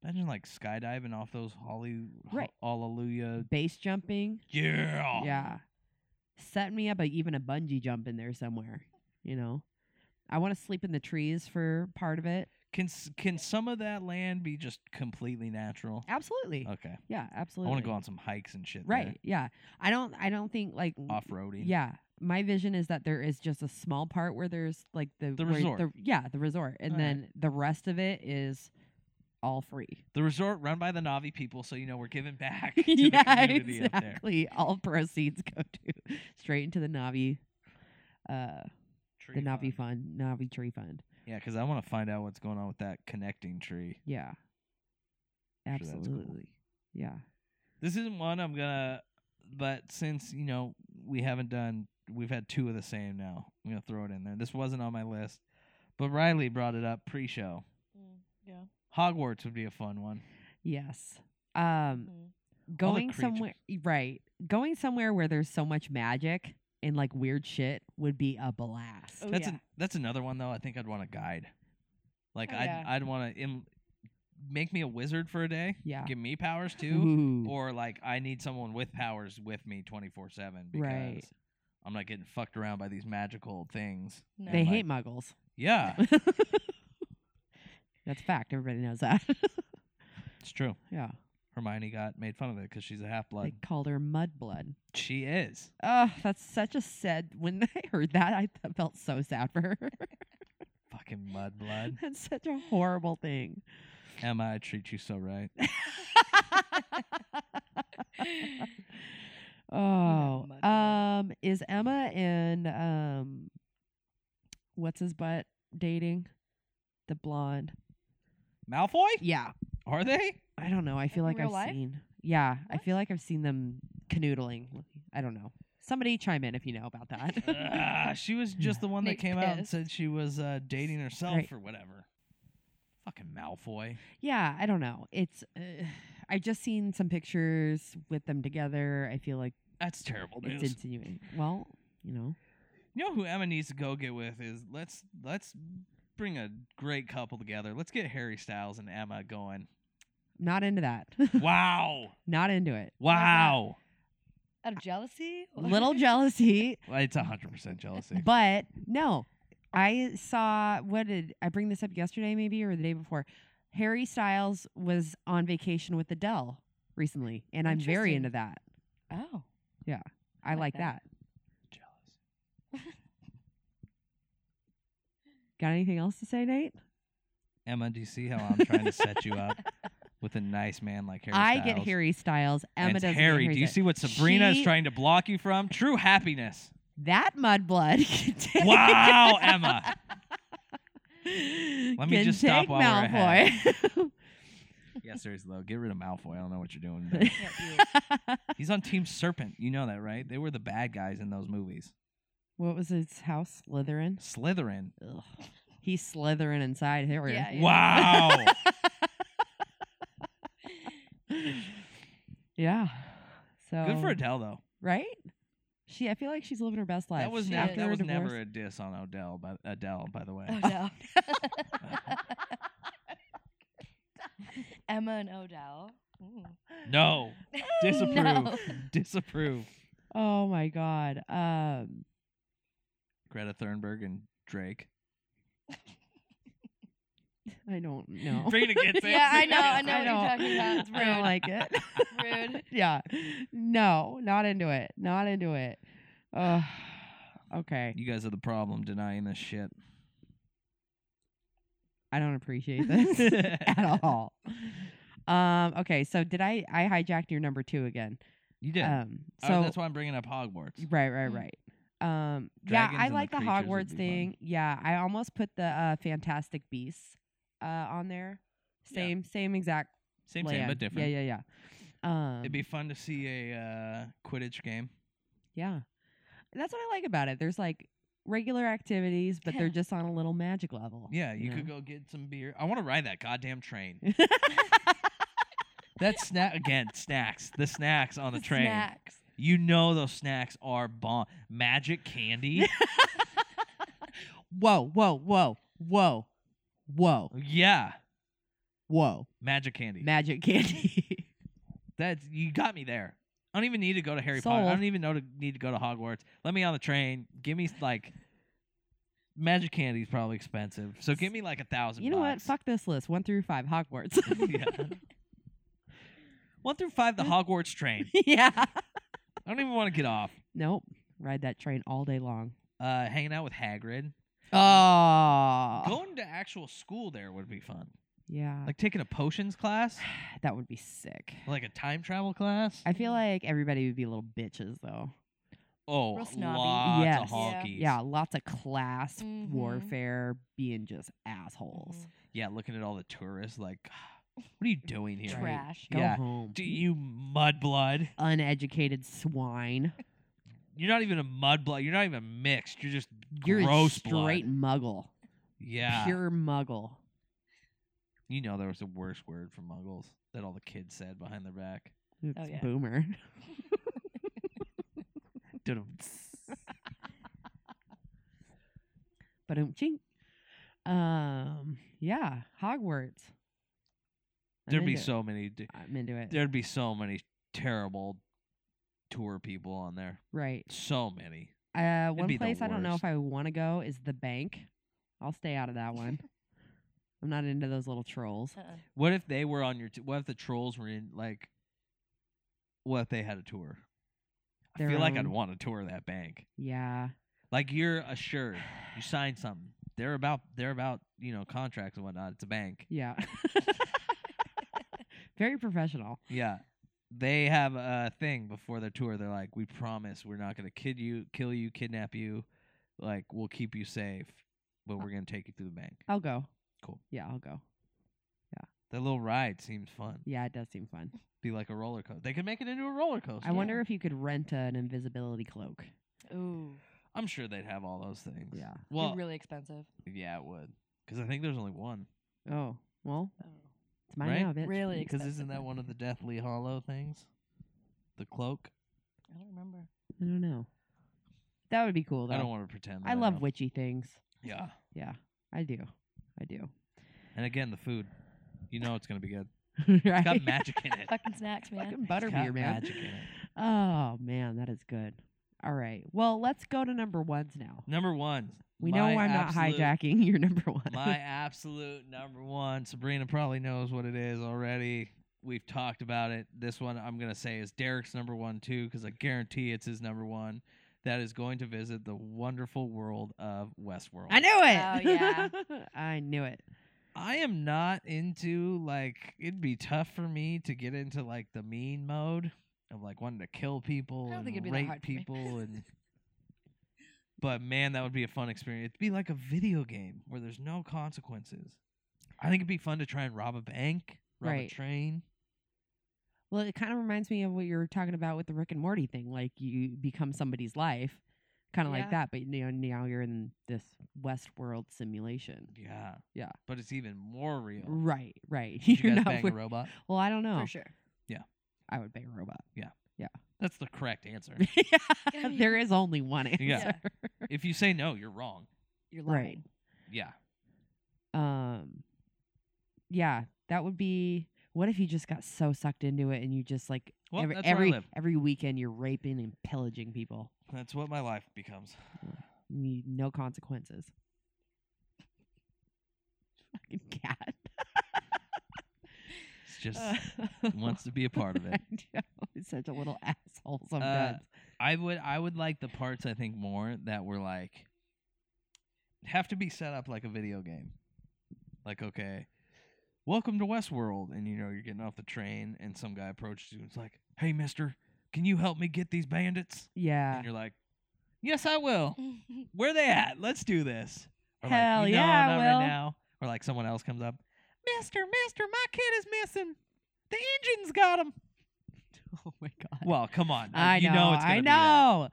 imagine like skydiving off those holly ho- Right. hallelujah. base jumping. Yeah. Yeah. Set me up a, even a bungee jump in there somewhere, you know. I want to sleep in the trees for part of it. Can s- can some of that land be just completely natural? Absolutely. Okay. Yeah, I absolutely. want to go on some hikes and shit. Right. Yeah. I don't I don't think like Off roading. Yeah. My vision is that there is just a small part where there's like the, The where resort. yeah, the resort. And All right. then the rest of it is all free. The resort run by the Navi people, so you know we're giving back to the community up there. exactly. All proceeds go to straight into the Navi uh Tree the Navi fund. fund, Navi tree fund. Yeah, because I want to find out what's going on with that connecting tree. Yeah. I'm sure that's cool. Absolutely. Yeah. This isn't one I'm gonna, but since you know we haven't done, we've had two of the same now. I'm gonna throw it in there. This wasn't on my list, but Riley brought it up pre-show. Mm, yeah. Hogwarts would be a fun one. Yes. Um Mhm. All the going somewhere right going somewhere where there's so much magic and like weird shit would be a blast Oh, that's yeah. an, that's another one though. I think I'd want a guide. Like Oh, I'd yeah. I'd want to make me a wizard for a day. yeah Give me powers too. Ooh. or like I need someone with powers with me 24 7 because Right. I'm not getting fucked around by these magical things. No. they like- hate muggles Yeah, that's a fact everybody knows that it's true. yeah Hermione got made fun of it because she's a half blood. they called her mudblood She is. oh that's such a sad when i heard that i th- felt so sad for her Fucking mudblood. that's such a horrible thing Emma, I treat you so right. oh mudblood. um is emma and um what's his butt dating the blonde Malfoy? yeah Are they? I don't know. I feel Like like, in real I've life? seen. Yeah, I What? feel like I've seen them canoodling. I don't know. Somebody chime in if you know about that. Ah, she was just the one that Nick's came out and pissed. said she was uh, dating herself Right. or whatever. Fucking Malfoy. yeah, I don't know. It's. Uh, I just seen some pictures with them together. I feel like That's terrible news. it's insinuating. Well, you know. You know who Emma needs to go get with is let's let's bring a great couple together. Let's get Harry Styles and Emma going. Not into that. Wow. Not into it. Wow. Out of jealousy? Little jealousy, Well, it's 100% jealousy. but no. I saw what did I bring this up yesterday maybe or the day before? Harry Styles was on vacation with Adele recently, and I'm very Interesting. into that. Oh. I like, like that. that. Jealous. Got anything else to say, Nate? Emma, do you see how I'm trying to set you up with a nice man like Harry I Styles? get Harry Styles. Emma and it's doesn't. get Harry, do you Styles. see what Sabrina is She- trying to block you from? True happiness. that mudblood? can take- Wow, Emma. Let me can just stop take while we're ahead. Malfoy. Yeah, seriously though, get rid of Malfoy. I don't know what you're doing. there. Yeah, ew. He's on Team Serpent. You know that, right? They were the bad guys in those movies. what was his house? Slytherin. Slytherin. Ugh. He's slithering inside Harry. Yeah, yeah. Wow. Yeah. So Good for Adele though. right? She. I feel like she's living her best life. That was She- nev- after that her was divorce- never a diss on Odell by Adele, by the way. Oh, Odell. Emma and Odell. Ooh. No. Disapprove. No. Disapprove. Oh my god. Um. Greta Thunberg and Drake. I don't know. Bringing against Yeah, I know, I I know what you're don't- talking about. It's I don't rude. like it. rude. yeah. No, not into it. Not into it. Ugh. okay. You guys are the problem denying this shit. I don't appreciate this at all. Um, okay, so did I I hijacked your number two again? You did. Um Oh, so that's why I'm bringing up Hogwarts. Right, right, Mm. right. Um, Dragons yeah, I and the like the, creatures would Hogwarts be fun. thing. Yeah, I almost put the uh, Fantastic Beasts uh, on there. Yeah. Same, same exact. Same, same, land. but different. Yeah, yeah, yeah. Um, It'd be fun to see a uh, Quidditch game. yeah. That's what I like about it. There's like regular activities, but they're Yeah. just on a little magic level. Yeah, you could go get some beer. I want to ride that goddamn train. could go. That snack again, snacks. The snacks on the, train. Snacks. You know those snacks are bomb. Magic candy. whoa, whoa, whoa, whoa, whoa, yeah, whoa. magic candy. Magic candy. That's you got me there. I don't even need to go to Harry Potter. I Sold. don't even know to need to go to Hogwarts. Let me on the train. Give me like magic candy's probably expensive. So give me like a thousand. you know what? bucks. Fuck this list. One through five. Hogwarts. yeah. One through five, the Hogwarts train. yeah. I don't even want to get off. Nope. Ride that train all day long. Uh, hanging out with Hagrid. Oh. Going to actual school there would be fun. Yeah. Like taking a potions class, that would be sick. like a time travel class. I feel like everybody would be little bitches though. Oh, Real lots snobby. of Yes. Yeah. honkies. Yeah, lots of class Mhm. warfare being just assholes. Mhm. Yeah, looking at all the tourists, like, what are you doing here? Trash. Go Yeah. home. Do you mudblood? uneducated swine. You're not even a mudblood. You're not even mixed. You're just You're a gross straight blood. muggle. Yeah. Pure muggle. You know there was a worse word for muggles that all the kids said behind their back. It's yeah. boomer. But um chink. Um yeah, Hogwarts. I'm There'd be into it. so many. d- I'm into it. There'd be so many terrible tour people on there. right. So many. Uh, be one the place I don't know worst. if I want to go is the bank. I'll stay out of that one. I'm not into those little trolls. Uh-uh. What if they were on your? T- what if the trolls were in like? What if they had a tour? I Their feel like I'd own. want to tour that bank. Yeah, Like you're assured, you sign something. They're about they're about you know contracts and whatnot. It's a bank. yeah. Very professional. Yeah, they have a thing before their tour. They're like, we promise we're not gonna kid you, kill you, kidnap you. Like we'll keep you safe, but we're gonna take you through the bank. I'll go. Cool. Yeah, I'll go. That little ride seems fun. Yeah, it does seem fun. Be like a roller coaster. They could make it into a roller coaster. I wonder if you could rent uh, an invisibility cloak. Ooh, I'm sure they'd have all those things. Yeah. Well, they're really expensive. yeah, it would. Because I think there's only one. Oh well, it's mine Right? now, bitch. Really Because expensive. isn't that one of the Deathly Hollow things? The cloak. I don't remember. I don't know. That would be cool though. I don't want to pretend. That I love know. witchy things. Yeah. Yeah, I do. I do. And again, the food. You know it's gonna be good. right? It's got magic in it. Fucking snacks, man. Fucking butterbeer, got man. magic in it. Oh man, that is good. All right. Well, let's go to number ones now. Number one. We know my I'm absolute- not hijacking your number one. my absolute number one. Sabrina probably knows what it is already. We've talked about it. This one I'm gonna say is Derek's number one too, because I guarantee it's his number one. That is going to visit the wonderful world of Westworld. I knew it. Oh, yeah. I knew it. I am not into like it'd be tough for me to get into like the mean mode of like wanting to kill I people don't and think it'd be that rape hard for me. people and but man that would be a fun experience. It'd be like a video game where there's no consequences. I think it'd be fun to try and rob a bank, rob Right. a train. Well, it kind of reminds me of what you were talking about with the Rick and Morty thing. Like you become somebody's life, kind of Yeah. like that. But you know, now you're in this West World simulation. Yeah. Yeah. But it's even more real. Right. Right. Did you You're not guys bang a wi- robot? Well, I don't know. For sure. I would bang a robot. That's the correct answer. I mean- there is only one answer. Yeah. if you say no, you're wrong. You're lying. Right. Yeah. um yeah that would be what if you just got so sucked into it and you just like Well, every that's where I every, live. every weekend you're raping and pillaging people That's what my life becomes. You- no consequences fucking cat It's just wants to be a part of it. Uh, I know. He's such a little asshole sometimes. I would I would like the parts I think more that were like have to be set up like a video game. Like okay, welcome to Westworld and you know you're getting off the train and some guy approaches you and it's like, "Hey mister, can you help me get these bandits?" yeah. Mm. And you're like, "Yes, I will. Where they at? Let's do this." Or Hell like, "You know, yeah, I not right will." now. Or like someone else comes up, "Mister, mister, my kid is missing. The engine's got him." Oh my god. Well, come on. I Uh, you know. it's gonna I be that. know.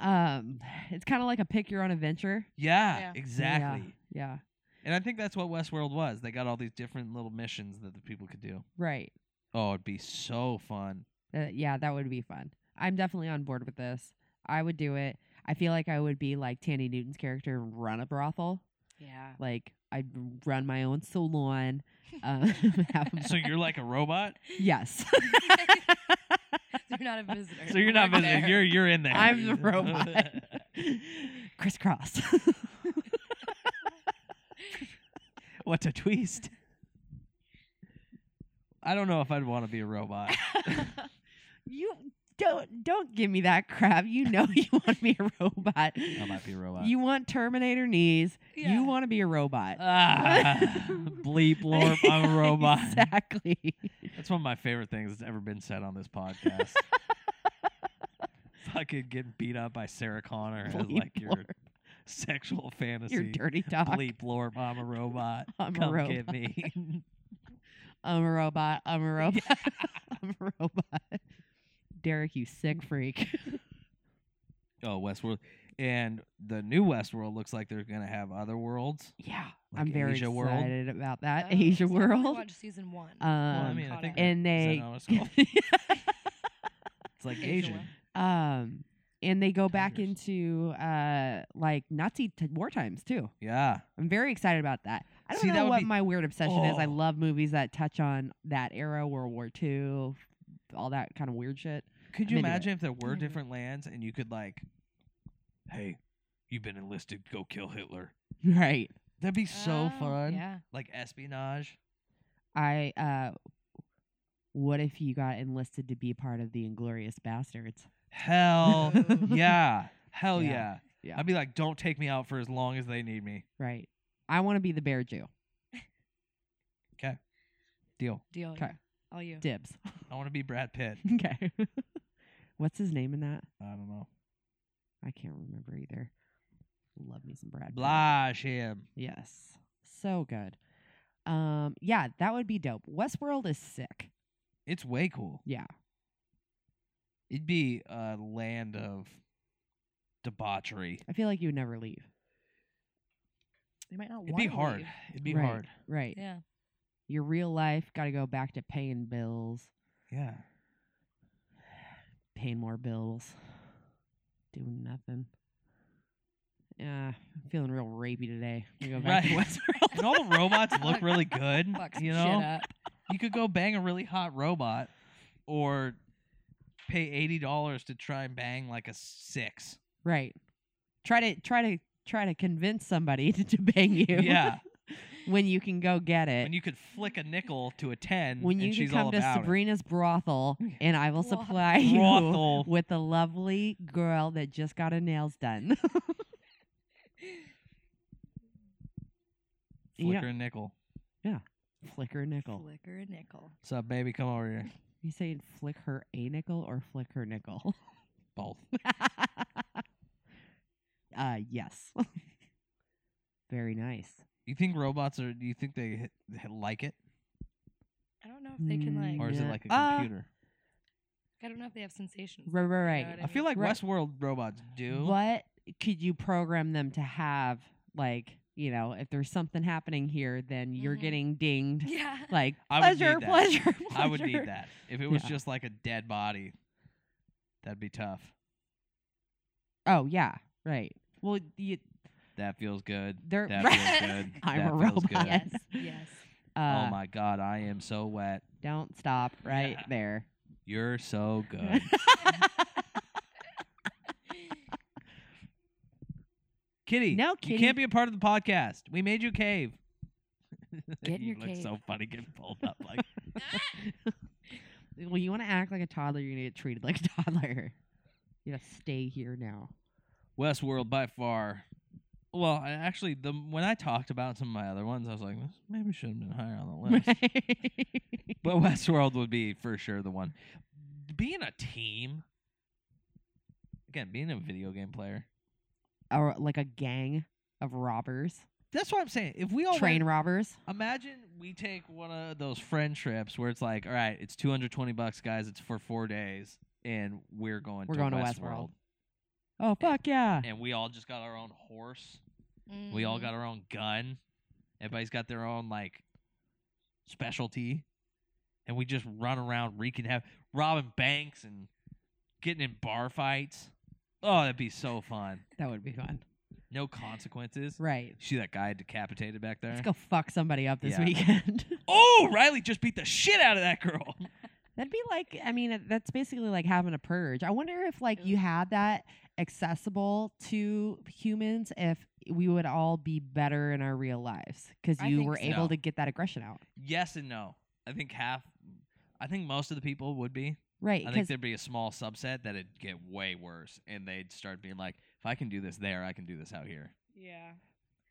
Um, it's kind of like a pick your own adventure. Yeah, Yeah. exactly. Yeah. yeah. And I think that's what Westworld was. They got all these different little missions that the people could do. Right. Oh, it'd be so fun. Uh, yeah, that would be fun. I'm definitely on board with this. I would do it. I feel like I would be like Tandy Newton's character and run a brothel. Yeah. Like I'd run my own salon. Um, have So my- you're like a robot. yes. You're not a visitor. So you're not We're visiting. there. You're you're in there. I'm the robot. Crisscross. what a twist. I don't know if I'd want to be a robot. you don't don't give me that crap. You know you want to be a robot. I might be a robot. You want Terminator knees. Yeah. You want to be a robot. ah, bleep lorp. I'm a robot. exactly. That's one of my favorite things that's ever been said on this podcast. Fucking getting beat up by Sarah Connor as Bleep like your sexual fantasy. Your dirty dog. Bleep lorp, I'm a robot. I'm a Come robot. get me. I'm a robot. I'm a robot. I'm a robot. Derek, you Mm. sick freak. oh, Westworld. And the new Westworld looks like they're gonna have other worlds. Yeah, Like I'm very Asia World? excited about that Oh, Asia so I only World. watched season one. Um, well, I Um, mean, I caught think it. and they, Xenon is called- it's like Asia Asian. World. um, and they go back Tigers. into uh like Nazi t- war times too. Yeah. I'm very excited about that. I don't See, that know would what be- my weird obsession is. I Oh. love movies that touch on that era, World War II, all that kind of weird shit. Could I'm you into it. imagine if there were Mhm. different lands and you could like, hey, you've been enlisted, go kill Hitler. Right. That'd be so Oh, fun. Yeah. Like espionage. I uh what if you got enlisted to be part of the Inglorious Bastards? Hell yeah. Hell Yeah. yeah. Yeah. I'd be like, don't take me out for as long as they need me. Right. I want to be the bear Jew. Deal. Deal. 'Kay. Yeah. All you. Dibs. I want to be Brad Pitt. okay. What's his name in that? I don't know. I can't remember either. Love me some Brad. Pitt. Blash him. Yes. So good. Um yeah, that would be dope. Westworld is sick. It's way cool. Yeah. It'd be a land of debauchery. I feel like you would never leave. They might not It'd want be to hard. leave. It'd be right. hard. Right. Yeah. Your real life got to go back to paying bills, Yeah. paying more bills, doing nothing. Yeah, I'm feeling real rapey today. I'm gonna go back to Right. Westworld. And all the robots look really good. Fuck some you shit know, up. you could go bang a really hot robot, or pay eighty dollars to try and bang like a six. Right. Try to try to try to convince somebody to, to bang you. Yeah. when you can go get it. When you could flick a nickel to a ten, When you and can she's all come to about it. Sabrina's brothel, and I will Broth- supply you Brothel. with a lovely girl that just got her nails done. you know- Flicker a nickel. Flicker nickel. Flicker a nickel. What's up, baby? Come over here. You saying flick her a nickel or flick her nickel? Both. uh yes. Very nice. You think robots are? Do you think they hit, hit- like it, I don't know if they can like. or is it Yeah. like a Uh, computer? I don't know if they have sensations. Right, right, You know right. what I feel like right. Westworld robots do. Uh, What could you program them to have? Like, you know, if there's something happening here, then you're Mhm. getting dinged. Yeah. Like Mm-hmm. I would need pleasure, that. pleasure, pleasure. I would need that. If it was Yeah. just like a dead body, that'd be tough. Oh yeah, right. Well, you, That feels good. They're- that feels good. I'm that a feels robot. Good. yes. Yes. uh, oh my god, I am so wet. don't stop right Yeah. there. You're so good. Kitty, No, you Kitty. can't be a part of the podcast. We made you cave. Get in you your look cave. so funny getting pulled up like well, you want to act like a toddler, you're going to get treated like a toddler. You gotta stay here now. Westworld by far. Well, I actually, the when I talked about some of my other ones, I was like, this maybe should have been higher on the list. but Westworld would be for sure the one. Being a team, again, being a video game player. or like a gang of robbers, That's what I'm saying. If we all went- train robbers. imagine we take one of those friend trips where it's like, all right, it's 220 bucks, guys. It's for four days, and we're going. We're to going to Westworld, Westworld. Oh fuck yeah! and we all just got our own horse. We Mm. Mm-hmm. all got our own gun. Everybody's got their own like specialty, and we just run around wreaking havoc, robbing banks and getting in bar fights. Oh, that'd be so fun. That would be fun, No consequences. right? See that guy decapitated back there. Let's go fuck somebody up this Yeah. weekend. Oh, Riley just beat the shit out of that girl. That'd be like, I mean, it- that's basically like having a purge. I wonder if like you had that accessible to humans, if we would all be better in our real lives because I you think were so. able No. to get that aggression out, yes and no. I think half. I think most of the people would be. right? I think 'Cause- there'd be a small subset that'd get way worse, and they'd start being like, "If I can do this there, I can do this out here." Yeah.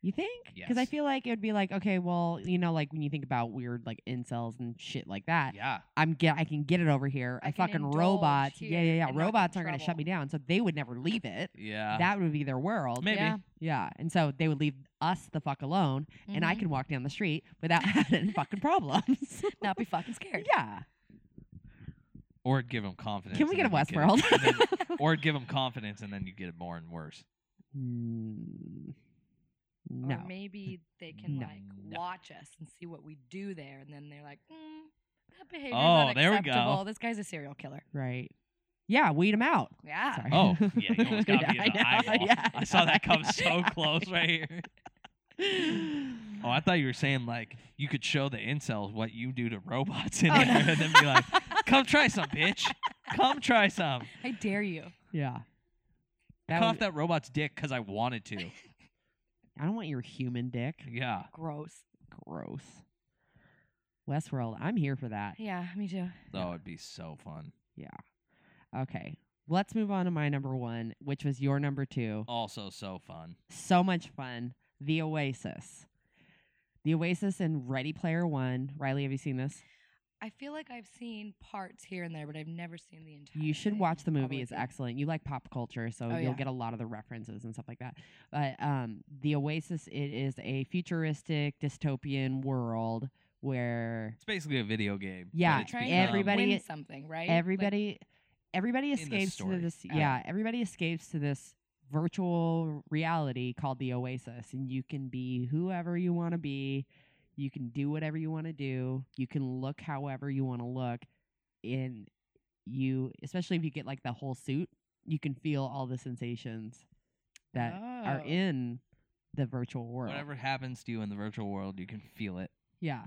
You think? Because I Yes. feel like it would be like, okay, well, you know, like when you think about weird like incels and shit like that, Yeah, I'm get I can get it over here. I I can fucking indulge robots, yeah, here yeah, yeah. and not get in Robots aren't gonna shut trouble. me down, so they would never leave it. yeah. that would be their world. Maybe. Yeah. Yeah, and so they would leave us the fuck alone, and Mm-hmm. I can walk down the street without having fucking problems. not be fucking scared. yeah, or it'd give them confidence. Can we and get a then you it- Westworld? and then- or it'd give them confidence, and then you get it more and worse. Mm, Or no, maybe they can No. like No. watch us and see what we do there, and then they're like, mm, that behavior Oh, there we go. unacceptable. This guy's a serial killer. right? Yeah, weed them out. Yeah. Sorry. Oh, yeah, you almost got me Yeah, in the I know, eyeball. yeah, I saw know, that come know, so know, close know. right here. Oh, I thought you were saying like you could show the incels what you do to robots in Oh, there, no. and then be like, "Come try some, bitch. Come try some. I dare you. yeah. I That Cut off would- that robot's dick because I wanted to." I don't want your human dick. Yeah. Gross. Gross. Westworld, I'm here for that. Yeah, me too. Oh, it'd be so fun. Okay. Let's move on to my number one, which was your number two. Also, so fun. So much fun. The Oasis. The Oasis and Ready Player One. Riley, have you seen this? I feel like I've seen parts here and there, but I've never seen the entire. You should thing. watch the I'll movie. look It's it up. excellent. You like pop culture, so Oh, you'll yeah. get a lot of the references and stuff like that. But um, The Oasis, it is a futuristic dystopian world where It's basically a video game. but Yeah, it's Trying Trying to become- everybody- win something, right? Like, everybody everybody in the escapes to story. this Oh. yeah everybody escapes to this virtual reality called the oasis and you can be whoever you want to be you can do whatever you want to do you can look however you want to look and you especially if you get like the whole suit you can feel all the sensations that are Oh. in the virtual world whatever happens to you in the virtual world, you can feel it. yeah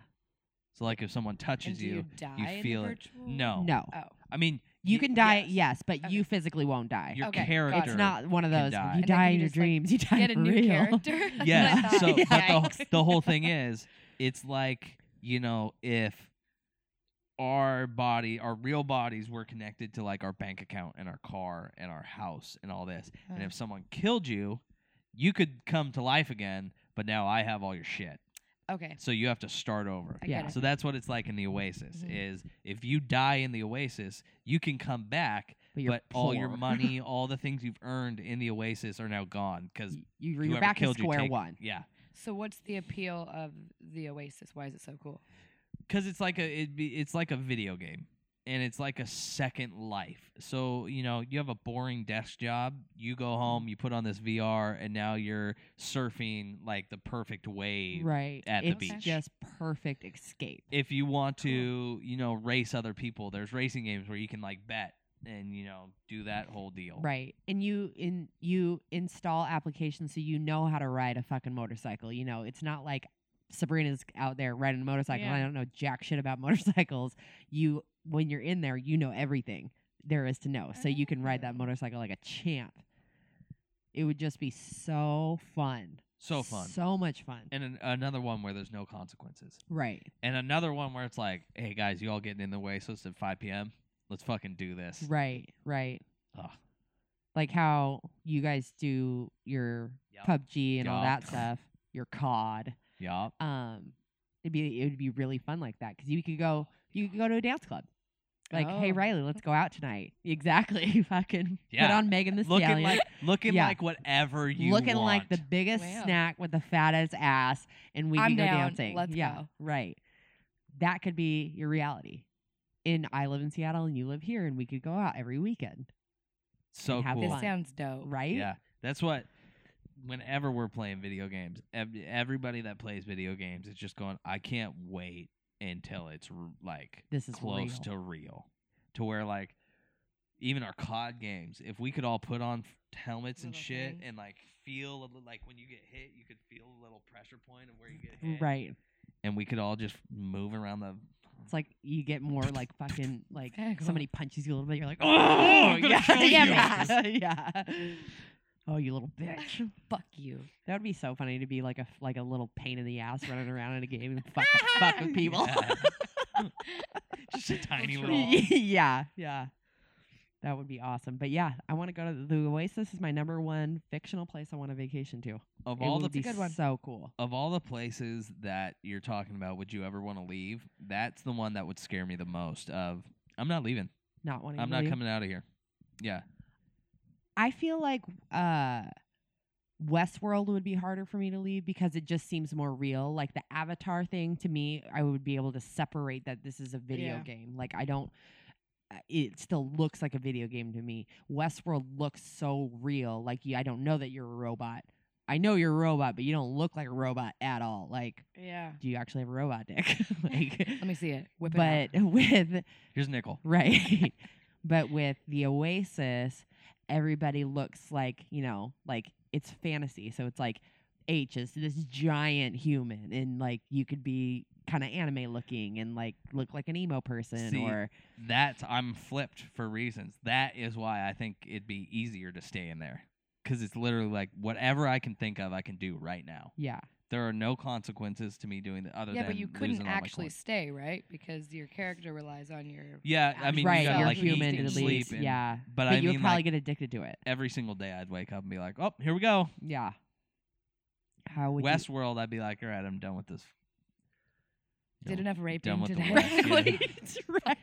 So, like, if someone and touches do you, you, die in the feel it. virtual? no, no Oh, I mean, you y- can die yes, yes. but Okay. you physically won't die Your Okay, got it. character. it's not one of can those. die. You And then die you in your just, like, dreams. You die get a for new real. character. That's what I Yeah. thought. So, but the, Yikes. the whole thing is, it's like you know, if our body, our real bodies, were connected to like our bank account and our car and our house and all this, and Uh. if someone killed you, you could come to life again. But now I have all your shit, Uh, Okay. so you have to start over. I Yeah. Get it. So that's what it's like in the Oasis. Mhm. Is if you die in the Oasis, you can come back, But, you're but all your poor. money, all the things you've earned in the Oasis are now gone because You- you're, whoever back to killed you square take- one. yeah, So what's the appeal of the Oasis? Why is it so cool? because it's like a it be, it's like a video game, and it's like a second life. So you know you have a boring desk job. You go Mm. home, you put on this VR, and now you're surfing like the perfect wave. Right. At the it's beach. just perfect escape. if you want to, you know, race other people, there's racing games where you can like bet and you know do that whole deal. Right. And you in you install applications so you know how to ride a fucking motorcycle. You know, it's not like Sabrina's out there riding a motorcycle. Yeah. I don't know jack shit about motorcycles. You when you're in there, you know everything there is to know. So you can ride that Oh. motorcycle like a champ. It would just be so fun. So fun. So much fun. and an, another one where there's no consequences. right. And another one where it's like, hey guys, you all getting in the way, so it's at 5 p.m. Let's fucking do this. Right. Right. Ugh. Like how you guys do your Yup. PUBG and all Yup. that stuff, your COD. Yup. Um, it'd be it would be really fun like that because you could go you could go to a dance club. Like, hey Oh. Riley, let's go out tonight. Exactly. Fucking put Yeah. on Megan the Looking Stallion. like looking Yeah. like whatever you looking like the want. biggest Wow. snack with the fattest ass, and we I'm can go down. dancing. Let's yeah, go. right. That could be your reality. And I live in Seattle, and you live here, and we could go out every weekend, so and have cool. fun. This sounds dope. right? Yeah, that's what. Whenever we're playing video games, ev- everybody that plays video games is just going, I can't wait until it's r- like This is close real. to real, to where like even our COD games, if we could all put on f- helmets and Little shit thing. and like feel a li- like when you get hit, you could feel a little pressure point of where you get hit, Right. And we could all just move around the. It's like you get more like fucking like kinda cool. somebody punches you a little bit. You're like, oh, I'm gonna yeah, kill yeah, yeah, Oh, you little bitch! Fuck you. That would be so funny to be like a like a little pain in the ass running around in a game and fuck, fuck with people. Yeah. just a tiny Control. little. yeah, yeah. That would be awesome. But yeah, I want to go to the Oasis is my number one fictional place I want a vacation to. Of it all the would be good one. so cool. of all the places that you're talking about, would you ever want to leave? That's the one that would scare me the most. Of I'm not leaving. Not wanting I'm to not leave. coming out of here. Yeah, I feel like uh Westworld would be harder for me to leave because it just seems more real. Like the Avatar thing to me, I would be able to separate that this is a video Yeah. game. Like I don't uh, it still looks like a video game to me. Westworld looks so real. Like you, I don't know that you're a robot. I know you're a robot, but you don't look like a robot at all. Like Yeah. do you actually have a robot dick? like Let me see it. Whip it out. but with here's a nickel. Right. but with the Oasis, everybody looks like, you know, like it's fantasy. So it's like H is this giant human and like you could be kind of anime looking and like look like an emo person See, or That's I'm flipped for reasons. That is why I think it'd be easier to stay in there because it's literally like whatever I can think of, I can do right now. yeah. There are no consequences to me doing the other. yeah, but than you losing couldn't all my actually coins. stay. stay, right? Because your character relies on your. Yeah, I mean, right, you gotta you're like human eat and at sleep, least. and- yeah. But, But, I you mean, would probably like, get addicted to it. every single day I'd wake up and be like, "Oh, here we go." Yeah. How would you- Westworld, I'd be like, all right, I'm done with this. Did Done- enough raping done with the today. West, yeah. Like,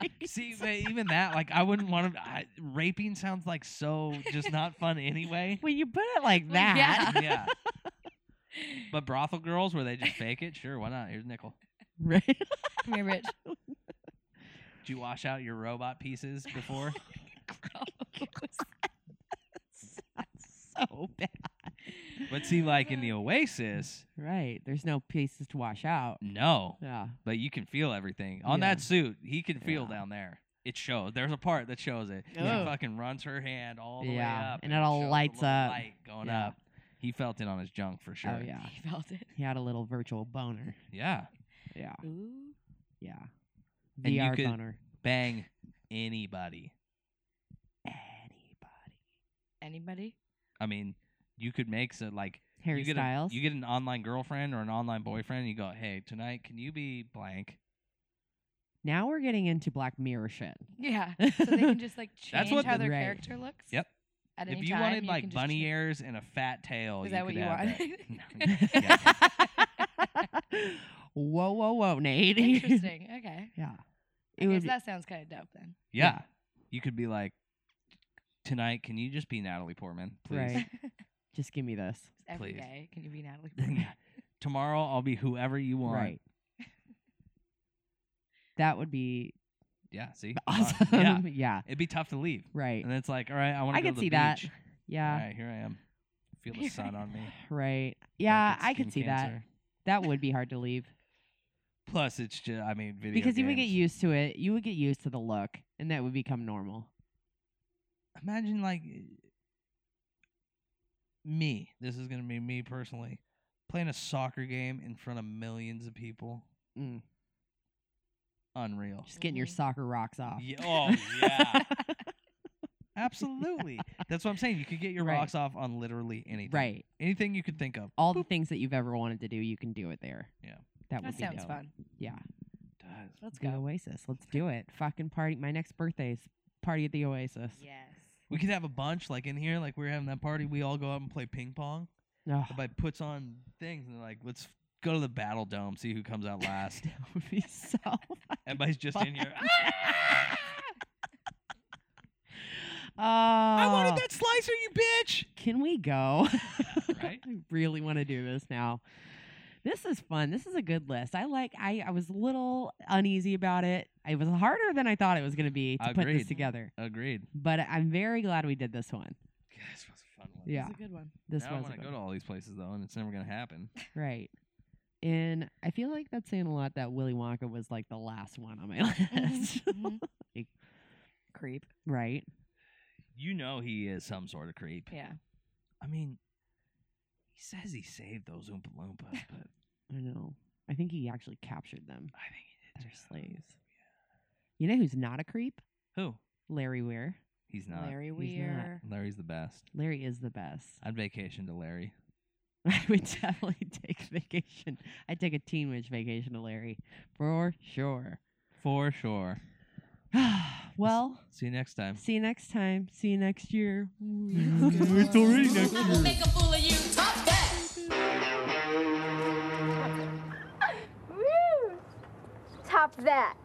right. See, but even that, like, I wouldn't want to. I, raping sounds like so just not fun anyway. When you put it like Well, that. yeah. But brothel girls, where they just fake it, sure, why not? Here's a nickel. Right. Come here, Rich. Did you wash out your robot pieces before? so bad. but see, like in the Oasis, Right. There's no pieces to wash out. no. Yeah. Oh, But you can feel everything on Yeah. that suit. He can feel Yeah. down there. It shows. There's a part that shows it. Yeah. She fucking runs her hand all the way Yeah, up, and it all shows the lights little up. Light going Yeah. up. He felt it on his junk for sure. Oh yeah. He felt it. He had a little virtual boner. Yeah. Yeah. Ooh. Yeah. And you VR could- boner. Bang anybody. Anybody. Anybody? I mean, you could make so like Harry you get Styles. A, you get an online girlfriend or an online boyfriend. And you go, hey, tonight can you be blank? now we're getting into Black Mirror shit. Yeah. So they can just like change That's what how the- their Right. character looks. Yep. At any if you time, wanted you can like just bunny change- ears and a fat tail, Is that what could you have want? that. Yeah. whoa, whoa, whoa, Nate. Interesting. Okay. I yeah. It guess would be- that sounds kind of dope then. Mm. Yeah. You could be like, tonight, can you just be Natalie Portman, please? Right. just give me this. Every Please. day, can you be Natalie? Portman? Yeah. Tomorrow, I'll be whoever you want. Right. that would be Yeah. See? awesome. Uh, yeah. yeah. It'd be tough to leave. Right. And it's like, all right, I want I to go could to the see that. beach. Yeah. All right, here I am. Feel the sun on me. Right. Yeah, it's I could see skin that. cancer. That would be hard to leave Plus, it's just, I mean, video because you would get games. used to it. You would get used to the look, and that would become normal. Imagine, like, me. This is going to be me personally. Playing a soccer game in front of millions of people. Mm. Unreal. Just getting your Mhm. oh, soccer rocks off. Ye- oh, yeah. Absolutely. That's what I'm saying. You could get your Right. rocks off on literally anything. Right. Anything you could think of. All the things that you've ever wanted to do, you can do it there. Yeah. That, would That be sounds dope. fun. Yeah. Does. Let's The go. Oasis. Let's do it. Fucking party. My next birthday's party at the Oasis. Yes. We could have a bunch, like in here, like we were having that party. We all go out and play ping pong. Ugh. Everybody puts on things and they're like, let's go to the battle dome, see who comes out last. that would be so. Everybody's just in here. "Ah, Oh, "Ah, I wanted that slicer, you bitch. Can we go? right? I really want to do this now. This is fun. This is a good list. I like I, I was a little uneasy about it. It was harder than I thought it was going to be to put Agreed. this together. Agreed. But I'm very glad we did this one. Yeah, this was a fun one. Yeah. It's a good one. This now I was a want to good go to all these places though, and it's never gonna happen. Right. And I feel like that's saying a lot that Willy Wonka was like the last one on my list. Like- Mm-hmm. Creep. right. You know he is some sort of creep. Yeah. I mean, he says he saved those Oompa Loompas, but I know. I think he actually captured them. I think he did. They're too. slaves. You know who's not a creep? Who? Larry Weir. He's not. Larry not. Weir. Larry's the best. Larry is the best. I'd vacation to Larry. I would definitely take a vacation. I'd take a teen witch vacation to Larry for sure. For sure. well, See you next time. see you next time. See you next year. It's already next I will make a fool of you. Top that. Woo! Top that.